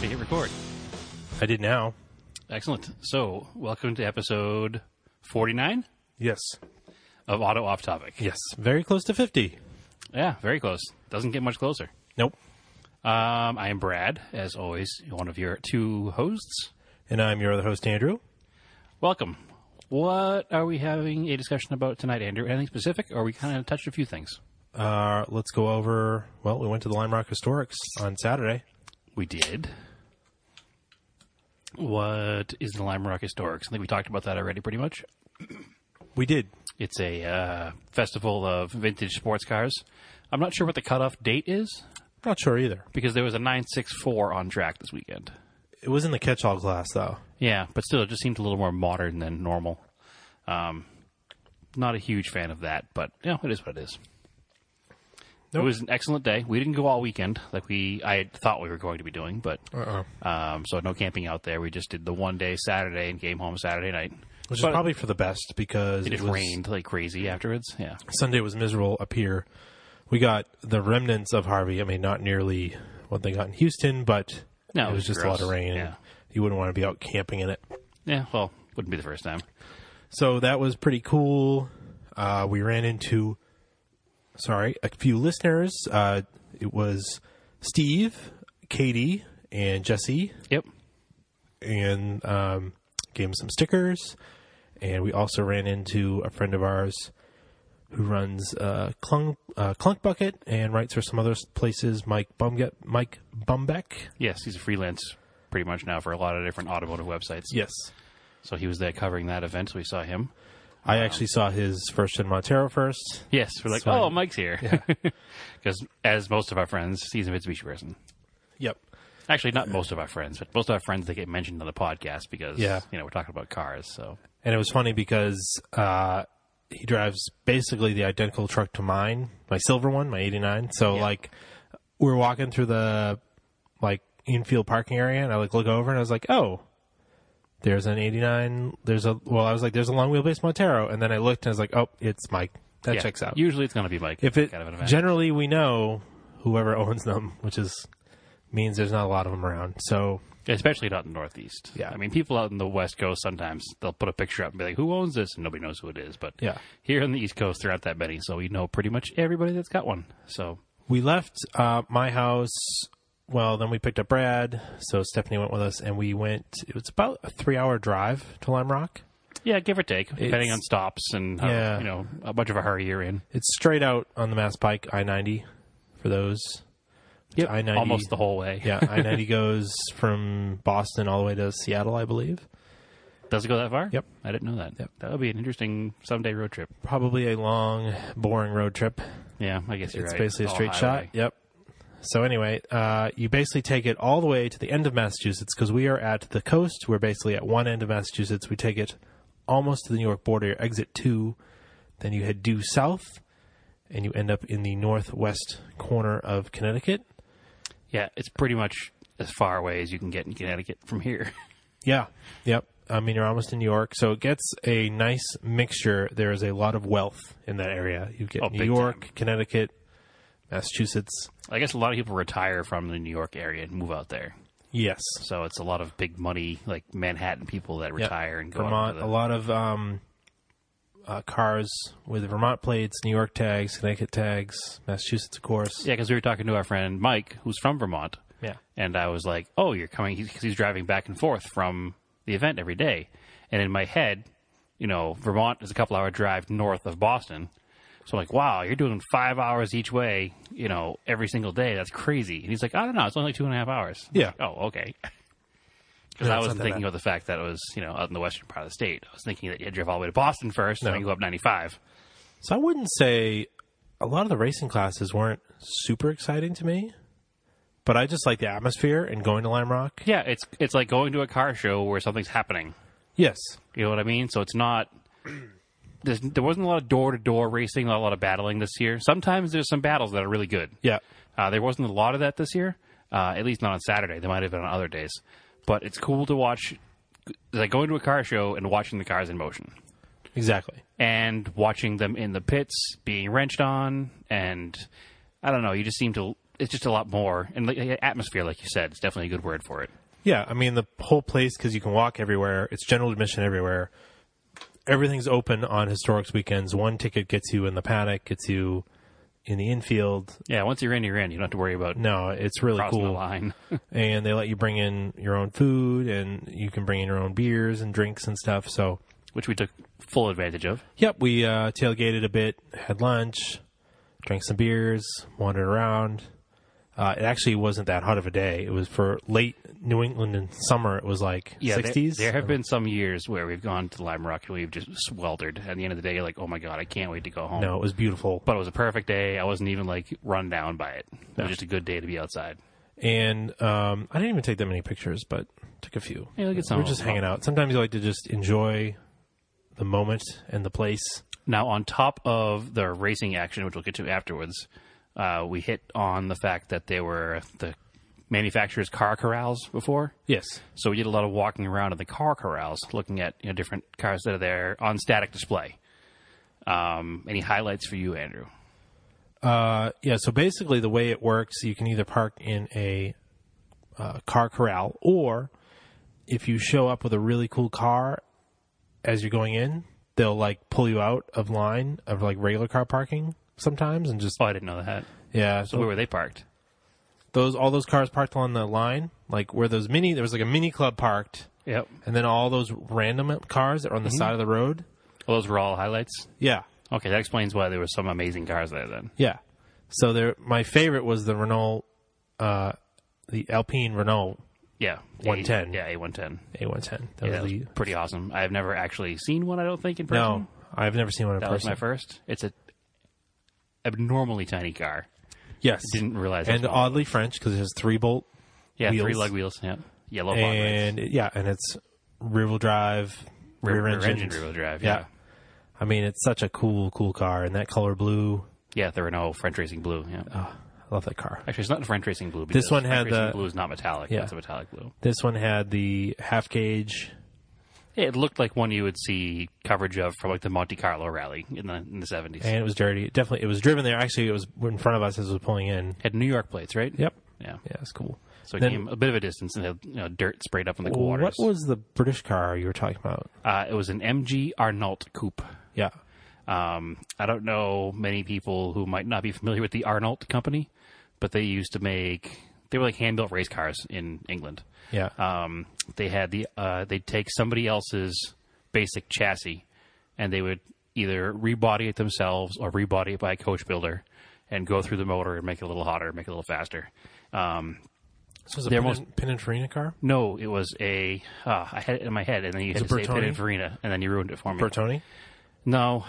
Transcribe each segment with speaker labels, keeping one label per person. Speaker 1: to hit record.
Speaker 2: I did now.
Speaker 1: Excellent. So, welcome to episode 49
Speaker 2: Yes.
Speaker 1: of Auto Off Topic.
Speaker 2: Yes. Very close to 50.
Speaker 1: Yeah, very close. Doesn't get much closer.
Speaker 2: Nope.
Speaker 1: Um, I am Brad, as always, one of your two hosts.
Speaker 2: And I'm your other host, Andrew.
Speaker 1: Welcome. What are we having a discussion about tonight, Andrew? Anything specific, or we kind of touched a few things?
Speaker 2: Uh, let's go over. Well, we went to the Lime Rock Historics on Saturday.
Speaker 1: We did. What is the Lime Rock Historics? I think we talked about that already, pretty much.
Speaker 2: We did.
Speaker 1: It's a uh, festival of vintage sports cars. I'm not sure what the cutoff date is
Speaker 2: Not sure either.
Speaker 1: because there was a 964 on track this weekend.
Speaker 2: It was in the catch all class, though.
Speaker 1: Yeah, but still, it just seemed a little more modern than normal. Um, not a huge fan of that, but you know, it is what it is. It
Speaker 2: Nope.
Speaker 1: was an excellent day. We didn't go all weekend like we I had thought we were going to be doing, but
Speaker 2: Uh-uh.
Speaker 1: um, so no camping out there. We just did the one day Saturday and came home Saturday night.
Speaker 2: Which
Speaker 1: But
Speaker 2: is probably for the best because
Speaker 1: it,
Speaker 2: it
Speaker 1: just
Speaker 2: was,
Speaker 1: rained like crazy afterwards. Yeah,
Speaker 2: Sunday was miserable up here. We got the remnants of Harvey. I mean, not nearly what they got in Houston, but
Speaker 1: No,
Speaker 2: it
Speaker 1: it
Speaker 2: was
Speaker 1: was
Speaker 2: just a
Speaker 1: gross.
Speaker 2: lot of rain.
Speaker 1: Yeah.
Speaker 2: You wouldn't want to be out camping in it.
Speaker 1: yeah. Well, wouldn't be the first time.
Speaker 2: So that was pretty cool. Uh, we ran into, sorry, a few listeners. Uh, it was Steve, Katie, and Jesse,
Speaker 1: Yep.
Speaker 2: and um, gave him some stickers. And we also ran into a friend of ours who runs uh, Clunk, uh, Clunk Bucket and writes for some other places, Mike Bumget, Mike Bumbeck.
Speaker 1: Yes, he's a freelance pretty much now for a lot of different automotive websites.
Speaker 2: Yes.
Speaker 1: So he was there covering that event. So we saw him.
Speaker 2: I actually saw his first in Montero first.
Speaker 1: Yes, we're like,
Speaker 2: So-
Speaker 1: oh, Mike's here. Because as most of our friends, he's a Mitsubishi person.
Speaker 2: Yep.
Speaker 1: Actually, not most of our friends, but most of our friends they get mentioned on the podcast because
Speaker 2: Yeah.
Speaker 1: you know we're talking about cars. So
Speaker 2: And it was funny because uh, he drives basically the identical truck to mine, my silver one, my 89. So, like, we were walking through the, like, infield parking area, and I, like, look over, and I was like, oh, there's an 89. There's a, well, I was like, there's a long wheelbase Montero. And then I looked, and I was like, oh, it's Mike. That
Speaker 1: yeah,
Speaker 2: checks out.
Speaker 1: Usually, it's going to be Mike.
Speaker 2: if it,
Speaker 1: kind of an event.
Speaker 2: generally, we know whoever owns them, which is, means there's not a lot of them around. So,
Speaker 1: especially not in the Northeast.
Speaker 2: Yeah.
Speaker 1: I mean, people out in the West Coast sometimes they'll put a picture up and be like, "Who owns this?" and nobody knows who it is. But
Speaker 2: Yeah.
Speaker 1: here on the East Coast, there aren't that many, so we know pretty much everybody that's got one. So
Speaker 2: we left uh, my house. Well, then we picked up Brad, so Stephanie went with us, and we went. It was about a three-hour drive to Lime Rock.
Speaker 1: yeah, give or take, depending on stops and how,
Speaker 2: Yeah.
Speaker 1: you know how much of a hurry you're in.
Speaker 2: It's straight out on the Mass Pike I ninety for those.
Speaker 1: Yep,
Speaker 2: I-90.
Speaker 1: almost the whole way.
Speaker 2: Yeah, I ninety goes from Boston all the way to Seattle, I believe.
Speaker 1: Does it go that far?
Speaker 2: Yep.
Speaker 1: I didn't know that. That would be an interesting someday road trip.
Speaker 2: Probably a long, boring road trip.
Speaker 1: Yeah, I guess you're
Speaker 2: It's
Speaker 1: right.
Speaker 2: basically a
Speaker 1: All
Speaker 2: straight shot.
Speaker 1: highway.
Speaker 2: Yep. So anyway, uh, you basically take it all the way to the end of Massachusetts because we are at the coast. We're basically at one end of Massachusetts. We take it almost to the New York border, exit two. Then you head due south, and you end up in the northwest corner of Connecticut.
Speaker 1: Yeah, it's pretty much as far away as you can get in Connecticut from here.
Speaker 2: Yeah. Yep. I mean, you're almost in New York, so it gets a nice mixture. There is a lot of wealth in that area. You get
Speaker 1: Oh,
Speaker 2: New
Speaker 1: big
Speaker 2: York, Connecticut, Massachusetts.
Speaker 1: I guess a lot of people retire from the New York area and move out there.
Speaker 2: Yes.
Speaker 1: So it's a lot of big money, like Manhattan people that
Speaker 2: Yep.
Speaker 1: retire and go
Speaker 2: Vermont.
Speaker 1: out to
Speaker 2: A lot of um, uh, cars with Vermont plates, New York tags, Connecticut tags, Massachusetts, of course.
Speaker 1: the, yeah, because we were talking to our friend Mike, who's from Vermont,
Speaker 2: Yeah.
Speaker 1: and I was like, "Oh, you're coming," because he's driving back and forth from the event every day. And in my head, you know, Vermont is a couple hour drive north of Boston, so I'm like, "Wow, you're doing five hours each way, you know, every single day. That's crazy." And he's like, "I don't know, it's only like two and a half hours." I'm
Speaker 2: Yeah.
Speaker 1: like, oh, okay. Because
Speaker 2: Yeah,
Speaker 1: I
Speaker 2: it's
Speaker 1: wasn't
Speaker 2: not that
Speaker 1: thinking
Speaker 2: bad.
Speaker 1: of the fact that it was, you know, out in the western part of the state. I was thinking that you had to drive all the way to Boston first, and then
Speaker 2: No.
Speaker 1: go up 95.
Speaker 2: So I wouldn't say a lot of the racing classes weren't super exciting to me, but I just like the atmosphere and going to Lime Rock.
Speaker 1: Yeah, it's it's like going to a car show where something's happening.
Speaker 2: Yes.
Speaker 1: You know what I mean? So it's not. There's, there wasn't a lot of door to door racing, not a lot of battling this year. Sometimes there's some battles that are really good.
Speaker 2: Yeah.
Speaker 1: Uh, there wasn't a lot of that this year, uh, at least not on Saturday. There might have been on other days. But it's cool to watch, like going to a car show and watching the cars in motion
Speaker 2: Exactly.
Speaker 1: and watching them in the pits being wrenched on. And I don't know, you just seem to it's just a lot more. And like, atmosphere, like you said, it's definitely a good word for it.
Speaker 2: Yeah, I mean the whole place because you can walk everywhere. It's general admission everywhere. Everything's open on historics weekends. One ticket gets you in the paddock, gets you in the infield.
Speaker 1: Yeah, once you're in, you're in. You don't have to worry about
Speaker 2: No, it's really
Speaker 1: crossing the
Speaker 2: Mm, cool.
Speaker 1: line.
Speaker 2: and they let you bring in your own food and you can bring in your own beers and drinks and stuff. So,
Speaker 1: which we took full advantage of.
Speaker 2: yep, we uh, tailgated a bit, had lunch, drank some beers, wandered around. Uh, it actually wasn't that hot of a day. It was for late New England in summer. It was like
Speaker 1: Yeah, there-
Speaker 2: 60s.
Speaker 1: There, have been some years where we've gone to Lime Rock and we've just sweltered. At the end of the day, like, oh my god, I can't wait to go home.
Speaker 2: no, it was beautiful.
Speaker 1: But it was a perfect day. I wasn't even like run down by it. It was just a good day to be outside.
Speaker 2: and um, I didn't even take that many pictures, but took a few.
Speaker 1: Yeah, look at some
Speaker 2: We're
Speaker 1: of
Speaker 2: just
Speaker 1: them.
Speaker 2: hanging out. Sometimes I like to just enjoy the moment and the place.
Speaker 1: Now, on top of the racing action, which we'll get to afterwards, uh, we hit on the fact that they were the manufacturer's car corrals before.
Speaker 2: Yes,
Speaker 1: So we did a lot of walking around in the car corrals, looking at you know, different cars that are there on static display. Um, any highlights for you, Andrew?
Speaker 2: Uh, yeah, so basically the way it works, you can either park in a uh, car corral, or if you show up with a really cool car as you're going in, they'll like pull you out of line of like regular car parking sometimes, and just
Speaker 1: Oh, I didn't know that.
Speaker 2: yeah.
Speaker 1: So where
Speaker 2: So
Speaker 1: were they parked?
Speaker 2: those all those cars parked on the line, like where those mini, there was like a mini club parked,
Speaker 1: Yep.
Speaker 2: and then all those random cars that are on
Speaker 1: Mm-hmm.
Speaker 2: the side of the road.
Speaker 1: Well, those were all highlights.
Speaker 2: Yeah,
Speaker 1: Okay, that explains why there were some amazing cars there then.
Speaker 2: Yeah. So there, my favorite was the Renault, uh, the Alpine Renault
Speaker 1: Yeah,
Speaker 2: 110.
Speaker 1: A, yeah, A one ten.
Speaker 2: A110. That
Speaker 1: Yeah, that
Speaker 2: was
Speaker 1: was
Speaker 2: the,
Speaker 1: pretty awesome. I've never actually seen one. I don't think in person.
Speaker 2: no, I've never seen one in
Speaker 1: that was
Speaker 2: person.
Speaker 1: my first. It's a abnormally tiny car.
Speaker 2: yes,
Speaker 1: Didn't realize.
Speaker 2: and
Speaker 1: that was one.
Speaker 2: oddly French because it has three bolt
Speaker 1: yeah, three
Speaker 2: wheels.
Speaker 1: lug wheels. Yeah, yellow fog lights.
Speaker 2: and it- yeah, and it's rear wheel drive,
Speaker 1: Rear,
Speaker 2: rear, engine,
Speaker 1: rear wheel drive.
Speaker 2: Yeah.
Speaker 1: Yeah.
Speaker 2: I mean, it's such a cool, cool car, and that color blue.
Speaker 1: yeah, the Renault French Racing Blue. Yeah,
Speaker 2: I love that car.
Speaker 1: actually, it's not French Racing Blue. Because
Speaker 2: Oh. This one
Speaker 1: French
Speaker 2: had the-
Speaker 1: Racing Blue is not metallic.
Speaker 2: Yeah.
Speaker 1: it's a metallic blue.
Speaker 2: This one had the half gauge.
Speaker 1: It looked like one you would see coverage of from like the Monte Carlo Rally in the in the seventies.
Speaker 2: And it was dirty. It definitely, it was driven there. Actually, it was in front of us as it was pulling in.
Speaker 1: Had New York plates, right?
Speaker 2: Yep.
Speaker 1: Yeah.
Speaker 2: Yeah, it's cool.
Speaker 1: So it
Speaker 2: Then-
Speaker 1: came a bit of a distance and had you know, dirt sprayed up in the
Speaker 2: What
Speaker 1: quarters.
Speaker 2: was the British car you were talking about?
Speaker 1: uh, it was an MG Arnault coupe.
Speaker 2: Yeah.
Speaker 1: Um, I don't know many people who might not be familiar with the Arnault company, but they used to make they were like hand built race cars in England.
Speaker 2: Yeah.
Speaker 1: Um, they had the uh, they'd take somebody else's basic chassis and they would either rebody it themselves or rebody it by a coach builder and go through the motor and make it a little hotter, make it a little faster. Um,
Speaker 2: this was a
Speaker 1: their
Speaker 2: Pin-
Speaker 1: most-
Speaker 2: Pininfarina car?
Speaker 1: No, it was a. Uh, I had it in my head, and then you had
Speaker 2: it
Speaker 1: to say
Speaker 2: Bertone?
Speaker 1: Pininfarina, and then you ruined it for me.
Speaker 2: Bertoni?
Speaker 1: No,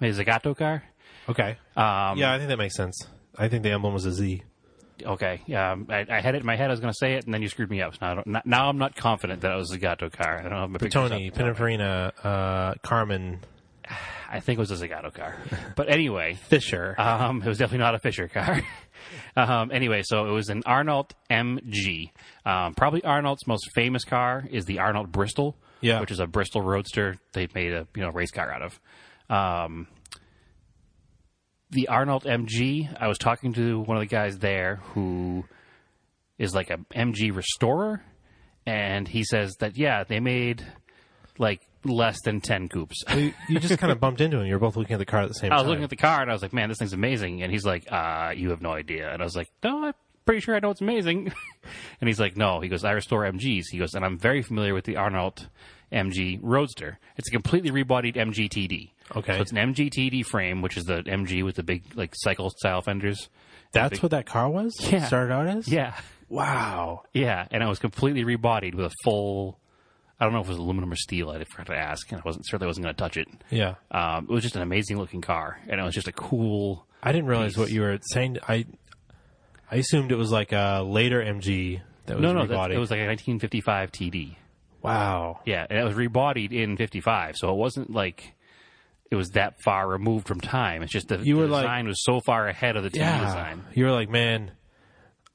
Speaker 1: maybe Zagato car.
Speaker 2: Okay.
Speaker 1: Um,
Speaker 2: yeah, I think that makes sense. I think the emblem was a Z.
Speaker 1: Okay, um, I, I had it in my head. I was going to say it, and then you screwed me up. So now, I don't, n- now I'm not confident that it was a Zagato car. I don't have my pictures up.
Speaker 2: Tony, Pininfarina, uh, Carmen,
Speaker 1: I think it was a Zagato car. But anyway,
Speaker 2: Fisher.
Speaker 1: Um, it was definitely not a Fisher car. um, anyway, so it was an Arnold MG. Um, probably Arnold's most famous car is the Arnold Bristol,
Speaker 2: Yeah.
Speaker 1: which is a Bristol Roadster they've made a you know race car out of. Um, the Arnold MG. I was talking to one of the guys there who is like a MG restorer, and he says that yeah, they made like less than ten coupes.
Speaker 2: you, you just kind of bumped into him. You were both looking at the car at the same
Speaker 1: I
Speaker 2: time.
Speaker 1: was looking at the car and I was like, man, this thing's amazing. And he's like, uh, you have no idea. And I was like, no, I'm pretty sure I know it's amazing. and he's like, no. He goes, I restore MGs. He goes, and I'm very familiar with the Arnold MG Roadster. It's a completely rebodied MGTD.
Speaker 2: Okay.
Speaker 1: So it's an MGTD frame, which is the MG with the big, like, cycle style fenders.
Speaker 2: That's what that car was?
Speaker 1: Yeah.
Speaker 2: Started out as?
Speaker 1: Yeah.
Speaker 2: Wow.
Speaker 1: Yeah. And it was completely rebodied with a full, I don't know if it was aluminum or steel. I forgot to ask. And I wasn't, certainly wasn't going to touch it.
Speaker 2: Yeah.
Speaker 1: Um, it was just an amazing looking car. And it was just a cool,
Speaker 2: I didn't realize what you were saying. I I assumed it was like a later MG that was
Speaker 1: No, no,
Speaker 2: rebodied.
Speaker 1: that's, it was like a 1955 TD.
Speaker 2: wow.
Speaker 1: Yeah, and it was rebodied in 55, so it wasn't like it was that far removed from time. It's just the,
Speaker 2: You
Speaker 1: the
Speaker 2: were like-
Speaker 1: design was so far ahead of the TD design.
Speaker 2: You were like, man,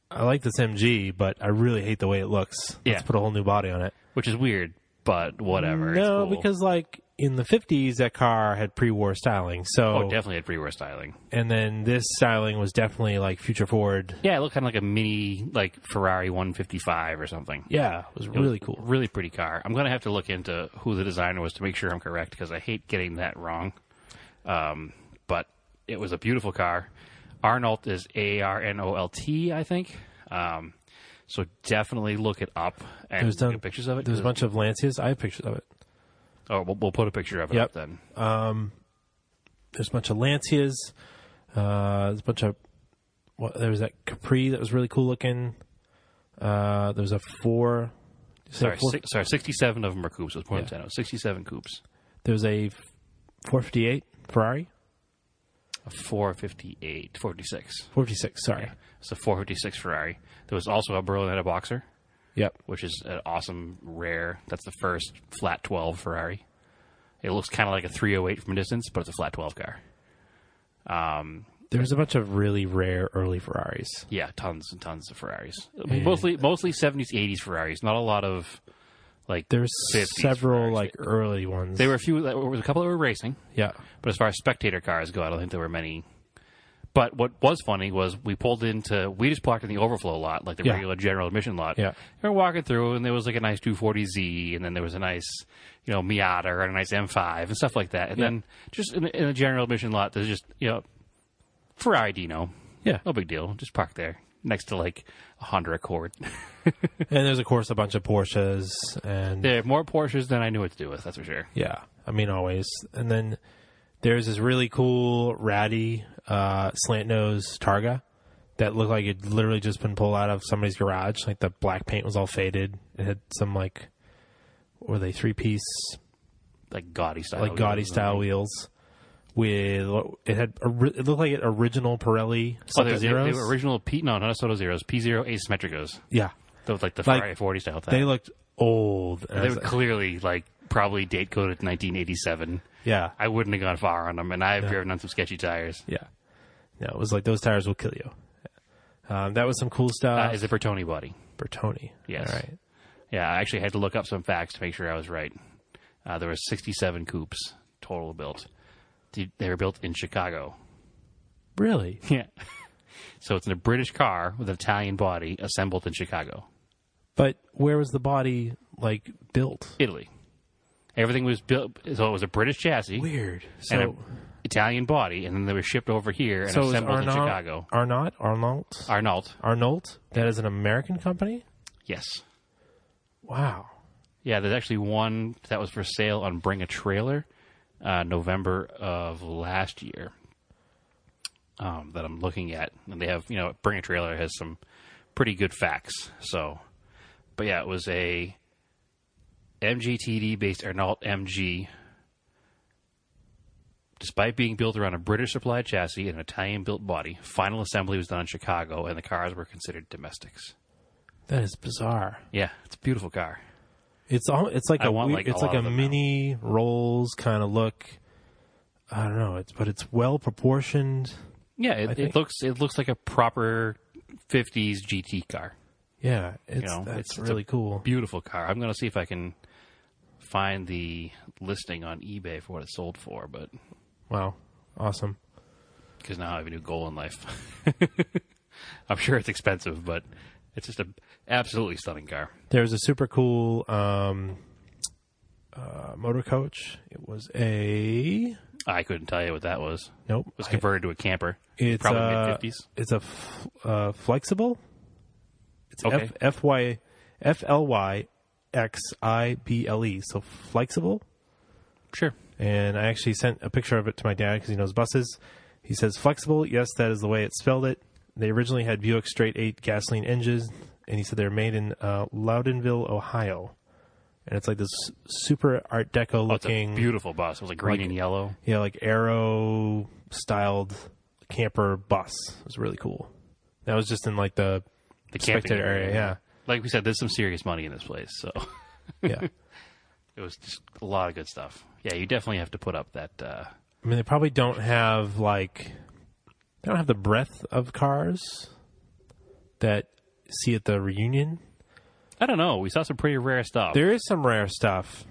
Speaker 2: I like this MG, but I really hate the way it looks.
Speaker 1: Yeah.
Speaker 2: Let's put a whole new body on it.
Speaker 1: Which is weird, but whatever. it's
Speaker 2: No,
Speaker 1: cool.
Speaker 2: because like in the 50s, that car had pre-war styling. So,
Speaker 1: Oh, definitely had pre-war styling.
Speaker 2: and then this styling was definitely like future forward.
Speaker 1: Yeah, it looked kind of like a mini, like Ferrari 155 or something.
Speaker 2: Yeah, it was really cool.
Speaker 1: Really pretty car. I'm going to have to look into who the designer was to make sure I'm correct because I hate getting that wrong. Um, but it was a beautiful car. Arnolt is A R N O L T, I think. Um, so definitely look it up and
Speaker 2: There's done-
Speaker 1: get pictures of it.
Speaker 2: There's a bunch of Lancias. I have pictures of it.
Speaker 1: oh, we'll, we'll put a picture of it
Speaker 2: Yep.
Speaker 1: up then.
Speaker 2: There's a bunch of Lancias. Uh, there's a bunch of what? There was that Capri that was really cool looking. Uh, there's a four. you said a
Speaker 1: Sorry,
Speaker 2: four-
Speaker 1: six, sorry, 67 of them are coupes. I was pointing that out. 67 coupes.
Speaker 2: There's a 458 Ferrari.
Speaker 1: A 458, 46.
Speaker 2: 456. Sorry.
Speaker 1: It's a 456 Ferrari. There was also a Berlinetta Boxer.
Speaker 2: Yep.
Speaker 1: which is an awesome rare. That's the first flat 12 Ferrari. It looks kind of like a 308 from a distance, but it's a flat 12 car.
Speaker 2: There's a bunch of really rare early Ferraris.
Speaker 1: Yeah, tons and tons of Ferraris. I mean, mostly mostly 70s, 80s Ferraris. Not a lot of like
Speaker 2: There's
Speaker 1: 50s
Speaker 2: several
Speaker 1: Ferraris.
Speaker 2: like early ones.
Speaker 1: There were a few. There was a couple that were racing,
Speaker 2: yeah.
Speaker 1: but as far as spectator cars go, I don't think there were many. But what was funny was we pulled into we just parked in the overflow lot, like the
Speaker 2: Yeah.
Speaker 1: regular general admission lot.
Speaker 2: Yeah.
Speaker 1: We were walking through, and there was like a nice 240Z, and then there was a nice, you know, Miata and a nice M5 and stuff like that. And then just in, the- in the general admission lot, there's just you know, Ferrari Dino,
Speaker 2: Yeah.
Speaker 1: no big deal, just park there next to like a Honda Accord.
Speaker 2: And there's of course a bunch of Porsches and
Speaker 1: there are more Porsches than I knew what to do with. That's for sure.
Speaker 2: yeah, I mean always. And then there's this really cool ratty uh, slant nose Targa that looked like it literally just been pulled out of somebody's garage. Like the black paint was all faded. It had some like what were they three piece
Speaker 1: Like gaudy style,
Speaker 2: like gaudy style wheels. With it had ori- it looked like it original Pirelli
Speaker 1: Oh, they, they,
Speaker 2: zeros.
Speaker 1: they were original P no, not Soto Zeros, P zero asymmetricos.
Speaker 2: yeah,
Speaker 1: Those like the
Speaker 2: Like,
Speaker 1: Ferrari 40 style thing.
Speaker 2: they looked old. And I
Speaker 1: They
Speaker 2: was
Speaker 1: were
Speaker 2: like-
Speaker 1: clearly like probably date coded 1987.
Speaker 2: yeah,
Speaker 1: I wouldn't have gone far on them, and I've driven on some sketchy tires.
Speaker 2: Yeah. No, it was like those tires will kill you. Um, that was some cool
Speaker 1: Uh,
Speaker 2: stuff.
Speaker 1: is it Bertoni body?
Speaker 2: Bertoni.
Speaker 1: Yes.
Speaker 2: All right.
Speaker 1: Yeah, I actually had to look up some facts to make sure I was right. Uh, there were 67 coupes total built. They they were built in Chicago.
Speaker 2: Really?
Speaker 1: Yeah. so it's a British car with an Italian body assembled in Chicago,
Speaker 2: But where was the body like built?
Speaker 1: Italy. Everything was built, so it was a British chassis.
Speaker 2: Weird. So,
Speaker 1: and an Italian body, and then they were shipped over here and
Speaker 2: so is
Speaker 1: assembled in
Speaker 2: Arnault,
Speaker 1: Chicago.
Speaker 2: Arnault, Arnault,
Speaker 1: Arnault,
Speaker 2: Arnault. That is an American company.
Speaker 1: yes,
Speaker 2: Wow.
Speaker 1: yeah. There's actually one that was for sale on Bring a Trailer, uh, November of last year. Um, that I'm looking at, and they have you know Bring a Trailer has some pretty good facts. So, but yeah, it was a MGTD based Arnault MG. Despite being built around a British supplied chassis and an Italian built body, final assembly was done in Chicago and the cars were considered domestics.
Speaker 2: That is bizarre.
Speaker 1: Yeah, it's a beautiful car.
Speaker 2: It's all. It's like
Speaker 1: I
Speaker 2: a
Speaker 1: want,
Speaker 2: we-
Speaker 1: like, a
Speaker 2: it's
Speaker 1: lot
Speaker 2: like a
Speaker 1: of them
Speaker 2: mini Rolls kind of look. I don't know. It's but it's well proportioned.
Speaker 1: Yeah, it,
Speaker 2: think-
Speaker 1: it looks it looks like a proper '50s GT car.
Speaker 2: Yeah. It's
Speaker 1: know,
Speaker 2: that's
Speaker 1: it's- it's a
Speaker 2: really cool.
Speaker 1: Beautiful car. I'm gonna see if I can find the listing on eBay for what it sold for, but
Speaker 2: Wow. Awesome.
Speaker 1: because now I have a new goal in life. I'm sure it's expensive, but it's just an absolutely stunning car.
Speaker 2: There was a super cool um, uh, motor coach. It was a
Speaker 1: I couldn't tell you what that was.
Speaker 2: nope.
Speaker 1: It was
Speaker 2: I-
Speaker 1: converted to a camper.
Speaker 2: it's uh,
Speaker 1: probably
Speaker 2: a-
Speaker 1: mid fifties.
Speaker 2: It's a f- uh, flexible. It's
Speaker 1: Okay.
Speaker 2: F F Y F L Y X I B L E. So flexible.
Speaker 1: Sure.
Speaker 2: And I actually sent a picture of it to my dad because he knows buses. He says flexible. Yes, that is the way it spelled it. They originally had Buick straight eight gasoline engines, and he said they were made in uh, Loudonville, Ohio. And it's like this super Art Deco
Speaker 1: Oh, it's a
Speaker 2: looking.
Speaker 1: beautiful bus. It was like green and yellow.
Speaker 2: Yeah, like arrow styled camper bus. It was really cool. That was just in like the
Speaker 1: The camping
Speaker 2: spectator area.
Speaker 1: Like we said, there's some serious money in this place, so
Speaker 2: Yeah, yeah.
Speaker 1: it was just a lot of good stuff. Yeah, you definitely have to put up that. Uh,
Speaker 2: I mean, they probably don't have like they don't have the breadth of cars that you see at the reunion.
Speaker 1: I don't know. We saw some pretty rare stuff.
Speaker 2: There is some rare stuff.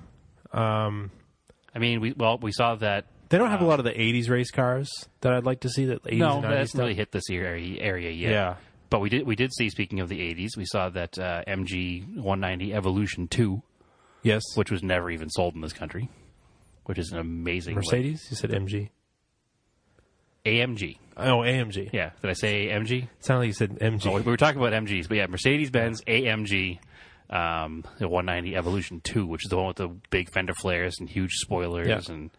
Speaker 1: I mean, we well, we saw that.
Speaker 2: They don't have a lot of the '80s race cars that I'd like to see. That the '80s
Speaker 1: Uh, No,
Speaker 2: and
Speaker 1: that
Speaker 2: 90s
Speaker 1: hasn't
Speaker 2: stuff.
Speaker 1: really hit this area, area yet.
Speaker 2: Yeah.
Speaker 1: But we did we did see. Speaking of the '80s, we saw that uh, MG 190 Evolution 2,
Speaker 2: yes,
Speaker 1: which was never even sold in this country, which is an amazing like,
Speaker 2: Mercedes. You said MG.
Speaker 1: AMG.
Speaker 2: Oh, AMG.
Speaker 1: Yeah, did I say AMG?
Speaker 2: Sounded like you said MG.
Speaker 1: Oh, we we were talking about MGs, but yeah, Mercedes Benz AMG um, the 190 Evolution 2, which is the one with the big fender flares and huge spoilers.
Speaker 2: Yeah.
Speaker 1: And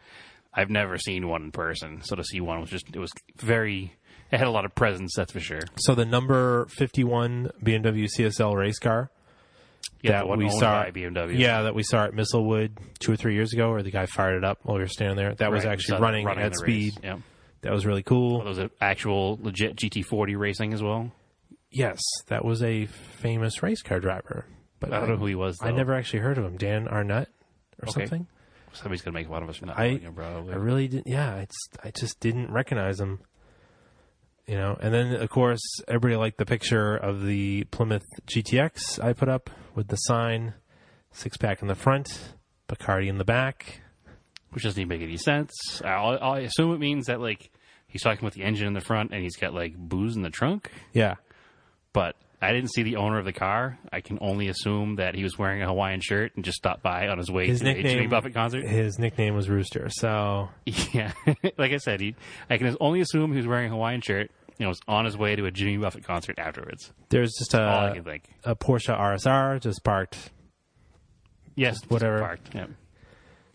Speaker 1: I've never seen one in person, so to see one was just it was very. It had a lot of presence, that's for sure.
Speaker 2: So the number 51 BMW CSL race car
Speaker 1: Yeah,
Speaker 2: that
Speaker 1: the one
Speaker 2: we
Speaker 1: owned
Speaker 2: saw,
Speaker 1: by BMW.
Speaker 2: yeah, that we saw at Mistlewood two or three years ago, where the guy fired it up while we were standing there. That was
Speaker 1: Right, we saw
Speaker 2: actually
Speaker 1: them
Speaker 2: running,
Speaker 1: in
Speaker 2: at
Speaker 1: the race.
Speaker 2: speed.
Speaker 1: Yeah.
Speaker 2: That was really
Speaker 1: Well,
Speaker 2: cool.
Speaker 1: there was an actual legit GT40 racing as well.
Speaker 2: Yes, that was a famous race car driver, but
Speaker 1: I don't know who he was. Though.
Speaker 2: I never actually heard of him. Dan Arnott or
Speaker 1: Okay.
Speaker 2: something.
Speaker 1: Somebody's gonna make fun of us for not
Speaker 2: I-
Speaker 1: knowing him, probably.
Speaker 2: I really didn't. Yeah, it's I just didn't recognize him. You know, and then of course everybody liked the picture of the Plymouth GTX I put up with the sign, six pack in the front, Bacardi in the back.
Speaker 1: which doesn't even make any sense. I, I I assume it means that like he's talking with the engine in the front and he's got like booze in the trunk.
Speaker 2: Yeah,
Speaker 1: But I didn't see the owner of the car. I can only assume that he was wearing a Hawaiian shirt and just stopped by on his way
Speaker 2: His
Speaker 1: to a Jimmy
Speaker 2: nickname-
Speaker 1: Buffett concert.
Speaker 2: his nickname was Rooster. So
Speaker 1: yeah, like I said, he I can only assume he was wearing a Hawaiian shirt. You know, was on his way to a Jimmy Buffett concert afterwards.
Speaker 2: there's just
Speaker 1: All I
Speaker 2: a
Speaker 1: can think.
Speaker 2: a Porsche RSR just parked.
Speaker 1: Yes,
Speaker 2: whatever.
Speaker 1: parked. Yeah.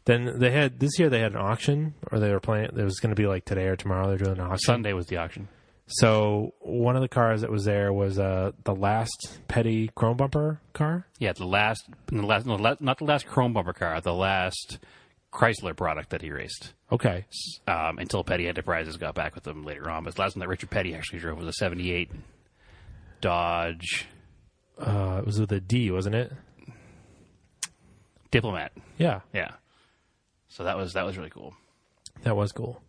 Speaker 2: Then they had this year they had an auction, or they were planning. It was going to be like today or tomorrow. They're doing an auction.
Speaker 1: Sunday was the auction.
Speaker 2: So one of the cars that was there was uh, the last Petty Chrome Bumper car.
Speaker 1: Yeah, the last, the last, no, la- not the last Chrome bumper car, the last Chrysler product that he raced.
Speaker 2: Okay,
Speaker 1: um, until Petty Enterprises got back with them later on. But the last one that Richard Petty actually drove was a '78 Dodge
Speaker 2: uh, it was with a D, wasn't it?
Speaker 1: Diplomat.
Speaker 2: Yeah,
Speaker 1: Yeah, so that was that was really cool.
Speaker 2: that was cool.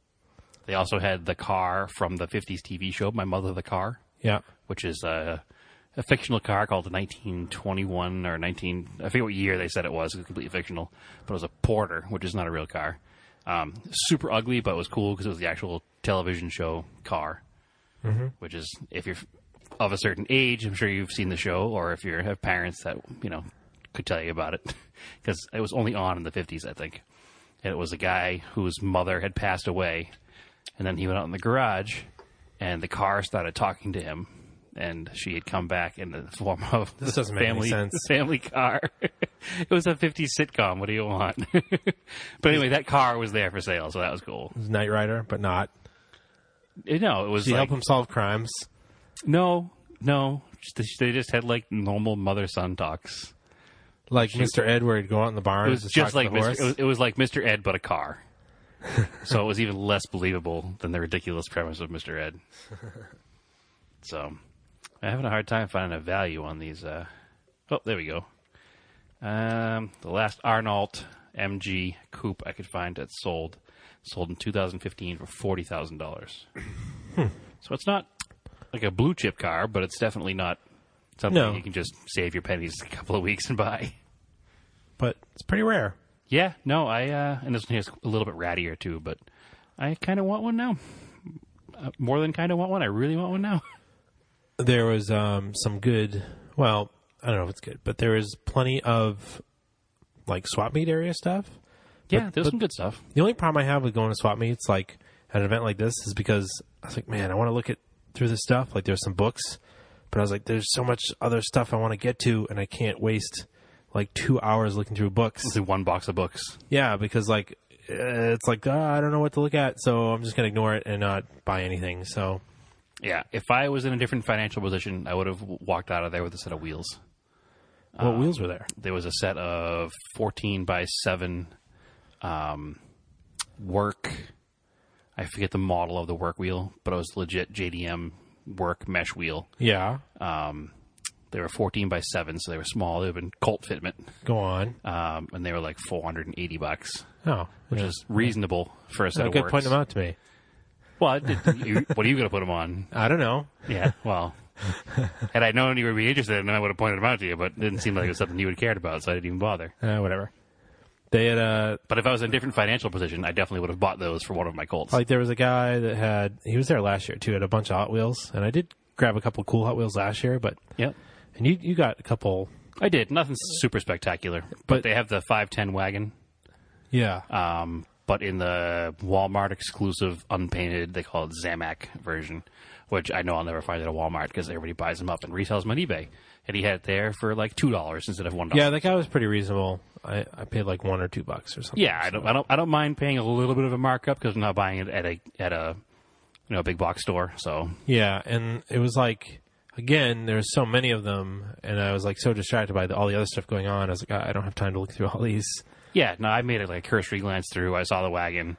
Speaker 1: They also had the car from the '50s TV show My Mother the Car,
Speaker 2: Yeah,
Speaker 1: which is a, a fictional car called the 1921 or 19 I forget what year they said it was. It was completely fictional, but it was a Porter, which is not a real car. Um, super ugly, but it was cool because it was the actual television show car, which is if you're of a certain age, I'm sure you've seen the show, or if you have parents that you know could tell you about it because it was only on in the 50s, I think. And it was a guy whose mother had passed away, and then he went out in the garage, and the car started talking to him, and she had come back in the form of this
Speaker 2: doesn't make any
Speaker 1: family,
Speaker 2: sense.
Speaker 1: the family car. it was a 50s sitcom. What do you want? but anyway, that car was there for sale, so that was cool.
Speaker 2: it was Knight Rider, but not.
Speaker 1: No, it was
Speaker 2: To
Speaker 1: like,
Speaker 2: help him solve crimes.
Speaker 1: no, no. Just- They just had like normal mother son talks.
Speaker 2: Like Mr. Edward go out in the barn.
Speaker 1: It was
Speaker 2: and
Speaker 1: just
Speaker 2: talk
Speaker 1: like
Speaker 2: to the horse.
Speaker 1: Mr. It was, it was like Mr. Ed, but a car. so it was even less believable than the ridiculous premise of Mr. Ed. So I'm having a hard time finding a value on these. Uh, oh, there we go. Um, the last Arnold MG coupe I could find that sold sold in 2015 for forty thousand dollars. So it's not like a blue chip car, but it's definitely not something
Speaker 2: No.
Speaker 1: you can just save your pennies a couple of weeks and buy.
Speaker 2: but it's pretty rare.
Speaker 1: Yeah, no, I uh, and this one here's a little bit rattier too, but I kind of want one now. Uh, more than kind of want one, I really want one now.
Speaker 2: There was um, some good. Well, I don't know if it's good, but there was plenty of like swap meet area stuff.
Speaker 1: Yeah, there's some good stuff.
Speaker 2: The only problem I have with going to swap meets, like at an event like this, is because I was like, man, I want to look at through this stuff. Like, there's some books, but I was like, there's so much other stuff I want to get to, and I can't waste like two hours looking through books.
Speaker 1: Let's do one box of books.
Speaker 2: yeah, because like uh, it's like ah, I don't know what to look at, so I'm just gonna ignore it and not buy anything. So
Speaker 1: Yeah, if I was in a different financial position, I would have walked out of there with a set of wheels.
Speaker 2: what wheels were there?
Speaker 1: There was a set of fourteen by seven um, work. I forget the model of the work wheel, but it was legit JDM work mesh wheel.
Speaker 2: Yeah,
Speaker 1: They were fourteen by seven, so they were small. They've been Colt fitment.
Speaker 2: go on.
Speaker 1: um, and they were like 480 bucks,
Speaker 2: Oh,
Speaker 1: which is reasonable for a set
Speaker 2: a
Speaker 1: of
Speaker 2: good
Speaker 1: works.
Speaker 2: point them out to me.
Speaker 1: Well, it- it- you- what are you going to put them on?
Speaker 2: I don't know.
Speaker 1: Yeah, well, had I known you would be interested, in them, I would have pointed them out to you, but it didn't seem like it was something you would cared about, so I didn't even bother.
Speaker 2: Uh, whatever. They had a
Speaker 1: But if I was in a different financial position, I definitely would have bought those for one of my Colts.
Speaker 2: like there was a guy that had he was there last year too. Had a bunch of Hot Wheels, and I did grab a couple cool Hot Wheels last year, but
Speaker 1: yep.
Speaker 2: and you you got a couple.
Speaker 1: I did. Nothing super spectacular, but,
Speaker 2: But-
Speaker 1: they have the 510 wagon.
Speaker 2: Yeah,
Speaker 1: Um, but in the Walmart exclusive unpainted, they call it Zamak version, which I know I'll never find at a Walmart because everybody buys them up and resells them on eBay. And he had it there for like two dollars instead of one dollar.
Speaker 2: yeah, that guy was pretty reasonable. I, I paid like one or two bucks or something.
Speaker 1: yeah. I don't, I don't, I don't mind paying a little bit of a markup because I'm not buying it at a at a you know big box store. So
Speaker 2: Yeah, and it was like again, there's so many of them, and I was like so distracted by the, all the other stuff going on. I was like, I I don't have time to look through all these.
Speaker 1: yeah, no, I made it like a cursory glance through. I saw the wagon,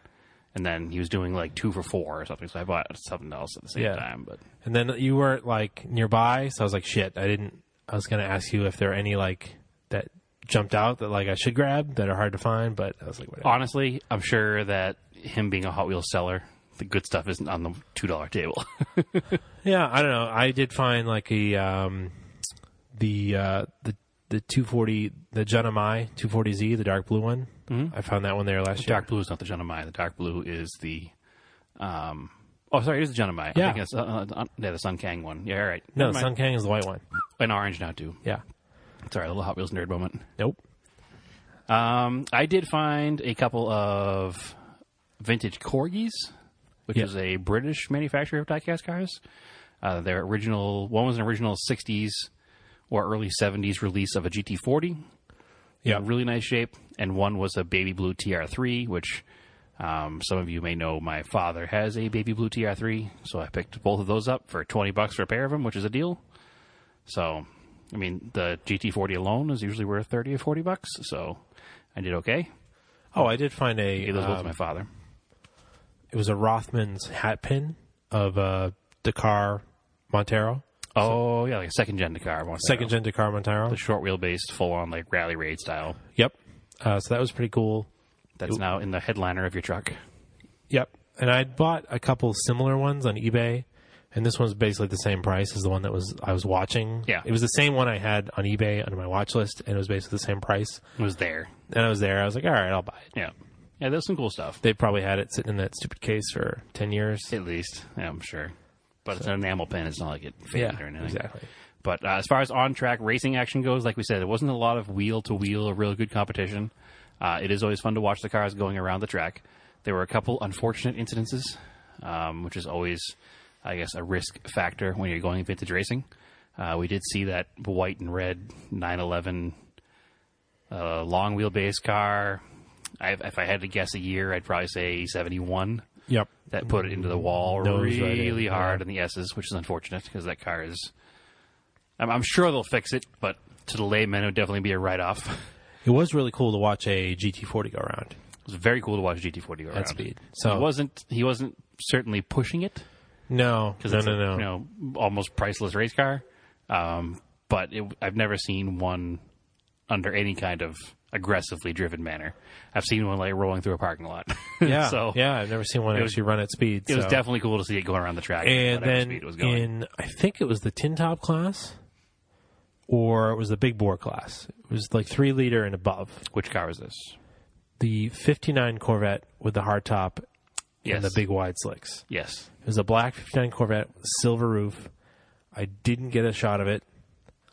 Speaker 1: and then he was doing like two for four or something. So I bought something else at the same
Speaker 2: Yeah.
Speaker 1: time. But
Speaker 2: And then you weren't like nearby, so I was like, shit, I didn't. I was gonna ask you if there are any like that jumped out that like I should grab that are hard to find, but I was like, whatever.
Speaker 1: honestly, I'm sure that him being a Hot Wheels seller, the good stuff isn't on the two dollar table.
Speaker 2: Yeah, I don't know. I did find like a um, the uh, the the 240 the Junamai 240Z, the dark blue one. Mm-hmm. I found that one there last year.
Speaker 1: dark blue is not the Genomai. The dark blue is the, um, oh sorry, it is the Genomai.
Speaker 2: Yeah.
Speaker 1: I think it's, uh, uh, uh, yeah, the Sun Kang one. Yeah, all right.
Speaker 2: No,
Speaker 1: Never mind.
Speaker 2: Sun Kang is the white one.
Speaker 1: an orange now too.
Speaker 2: Yeah.
Speaker 1: Sorry, a little Hot Wheels nerd moment.
Speaker 2: Nope.
Speaker 1: Um, I did find a couple of vintage corgis, which
Speaker 2: Yeah.
Speaker 1: is a British manufacturer of diecast cars. Uh, their original one was an original '60s or early '70s release of a GT40.
Speaker 2: Yeah.
Speaker 1: in really nice shape, and one was a baby blue TR3, which um, some of you may know my father has a baby blue TR3, so I picked both of those up for 20 bucks for a pair of them, which is a deal. So, I mean, the GT40 alone is usually worth 30 or 40 bucks, so I did okay.
Speaker 2: Oh, I did find a.
Speaker 1: Gave those both
Speaker 2: um,
Speaker 1: to my father.
Speaker 2: it was a Rothman's hat pin of uh, Dakar Montero,
Speaker 1: Oh, yeah, like a second gen car. Montero.
Speaker 2: second gen Dakar Montero.
Speaker 1: The short wheelbase, full on, like rally raid style.
Speaker 2: Yep. Uh, so that was pretty cool.
Speaker 1: That's now in the headliner of your truck.
Speaker 2: Yep. And I bought a couple similar ones on eBay, and this one's basically the same price as the one that was I was watching.
Speaker 1: Yeah.
Speaker 2: It was the same one I had on eBay under my watch list, and it was basically the same price.
Speaker 1: It was there.
Speaker 2: And I was there. I was like, all right, I'll buy it.
Speaker 1: Yeah. Yeah, there's some cool stuff.
Speaker 2: They probably had it sitting in that stupid case for ten years.
Speaker 1: At least, yeah, I'm sure. But it's an enamel pin. It's not like it faded or anything.
Speaker 2: exactly.
Speaker 1: But uh, as far as on track racing action goes, like we said, it wasn't a lot of wheel to wheel or real good competition. Uh, it is always fun to watch the cars going around the track. There were a couple unfortunate incidences, um, which is always, I guess, a risk factor when you're going vintage racing. Uh, we did see that white and red 911 uh, long wheelbase car. I, if I had to guess a year, I'd probably say 71
Speaker 2: Yep.
Speaker 1: that put it into the wall
Speaker 2: Nose right in,
Speaker 1: really
Speaker 2: yeah.
Speaker 1: hard in the S's, which is unfortunate because that car is. I'm, I'm sure they'll fix it, but to the layman, it would definitely be a write off. It
Speaker 2: It was really cool to watch a GT40 go around
Speaker 1: was very cool to watch GT40 go around.
Speaker 2: at speed. So
Speaker 1: He wasn't. He wasn't certainly pushing it
Speaker 2: No, no,
Speaker 1: it's
Speaker 2: no,
Speaker 1: a,
Speaker 2: no.
Speaker 1: you know almost priceless race car. Um, but it, I've never seen one under any kind of aggressively driven manner. I've seen one like rolling through a parking lot.
Speaker 2: Yeah,
Speaker 1: so
Speaker 2: yeah. I've never seen one
Speaker 1: was-
Speaker 2: actually run at speed.
Speaker 1: It was
Speaker 2: so.
Speaker 1: definitely cool to see it going around the track. at
Speaker 2: And
Speaker 1: whatever
Speaker 2: then
Speaker 1: speed it was going.
Speaker 2: in, I think it was the tin top class, or it was the big bore class. It was like three liter and above.
Speaker 1: Which car was this?
Speaker 2: The '59 Corvette with the hard top
Speaker 1: Yes.
Speaker 2: and the big wide slicks.
Speaker 1: Yes.
Speaker 2: It was a black '59 Corvette, with silver roof. I didn't get a shot of it.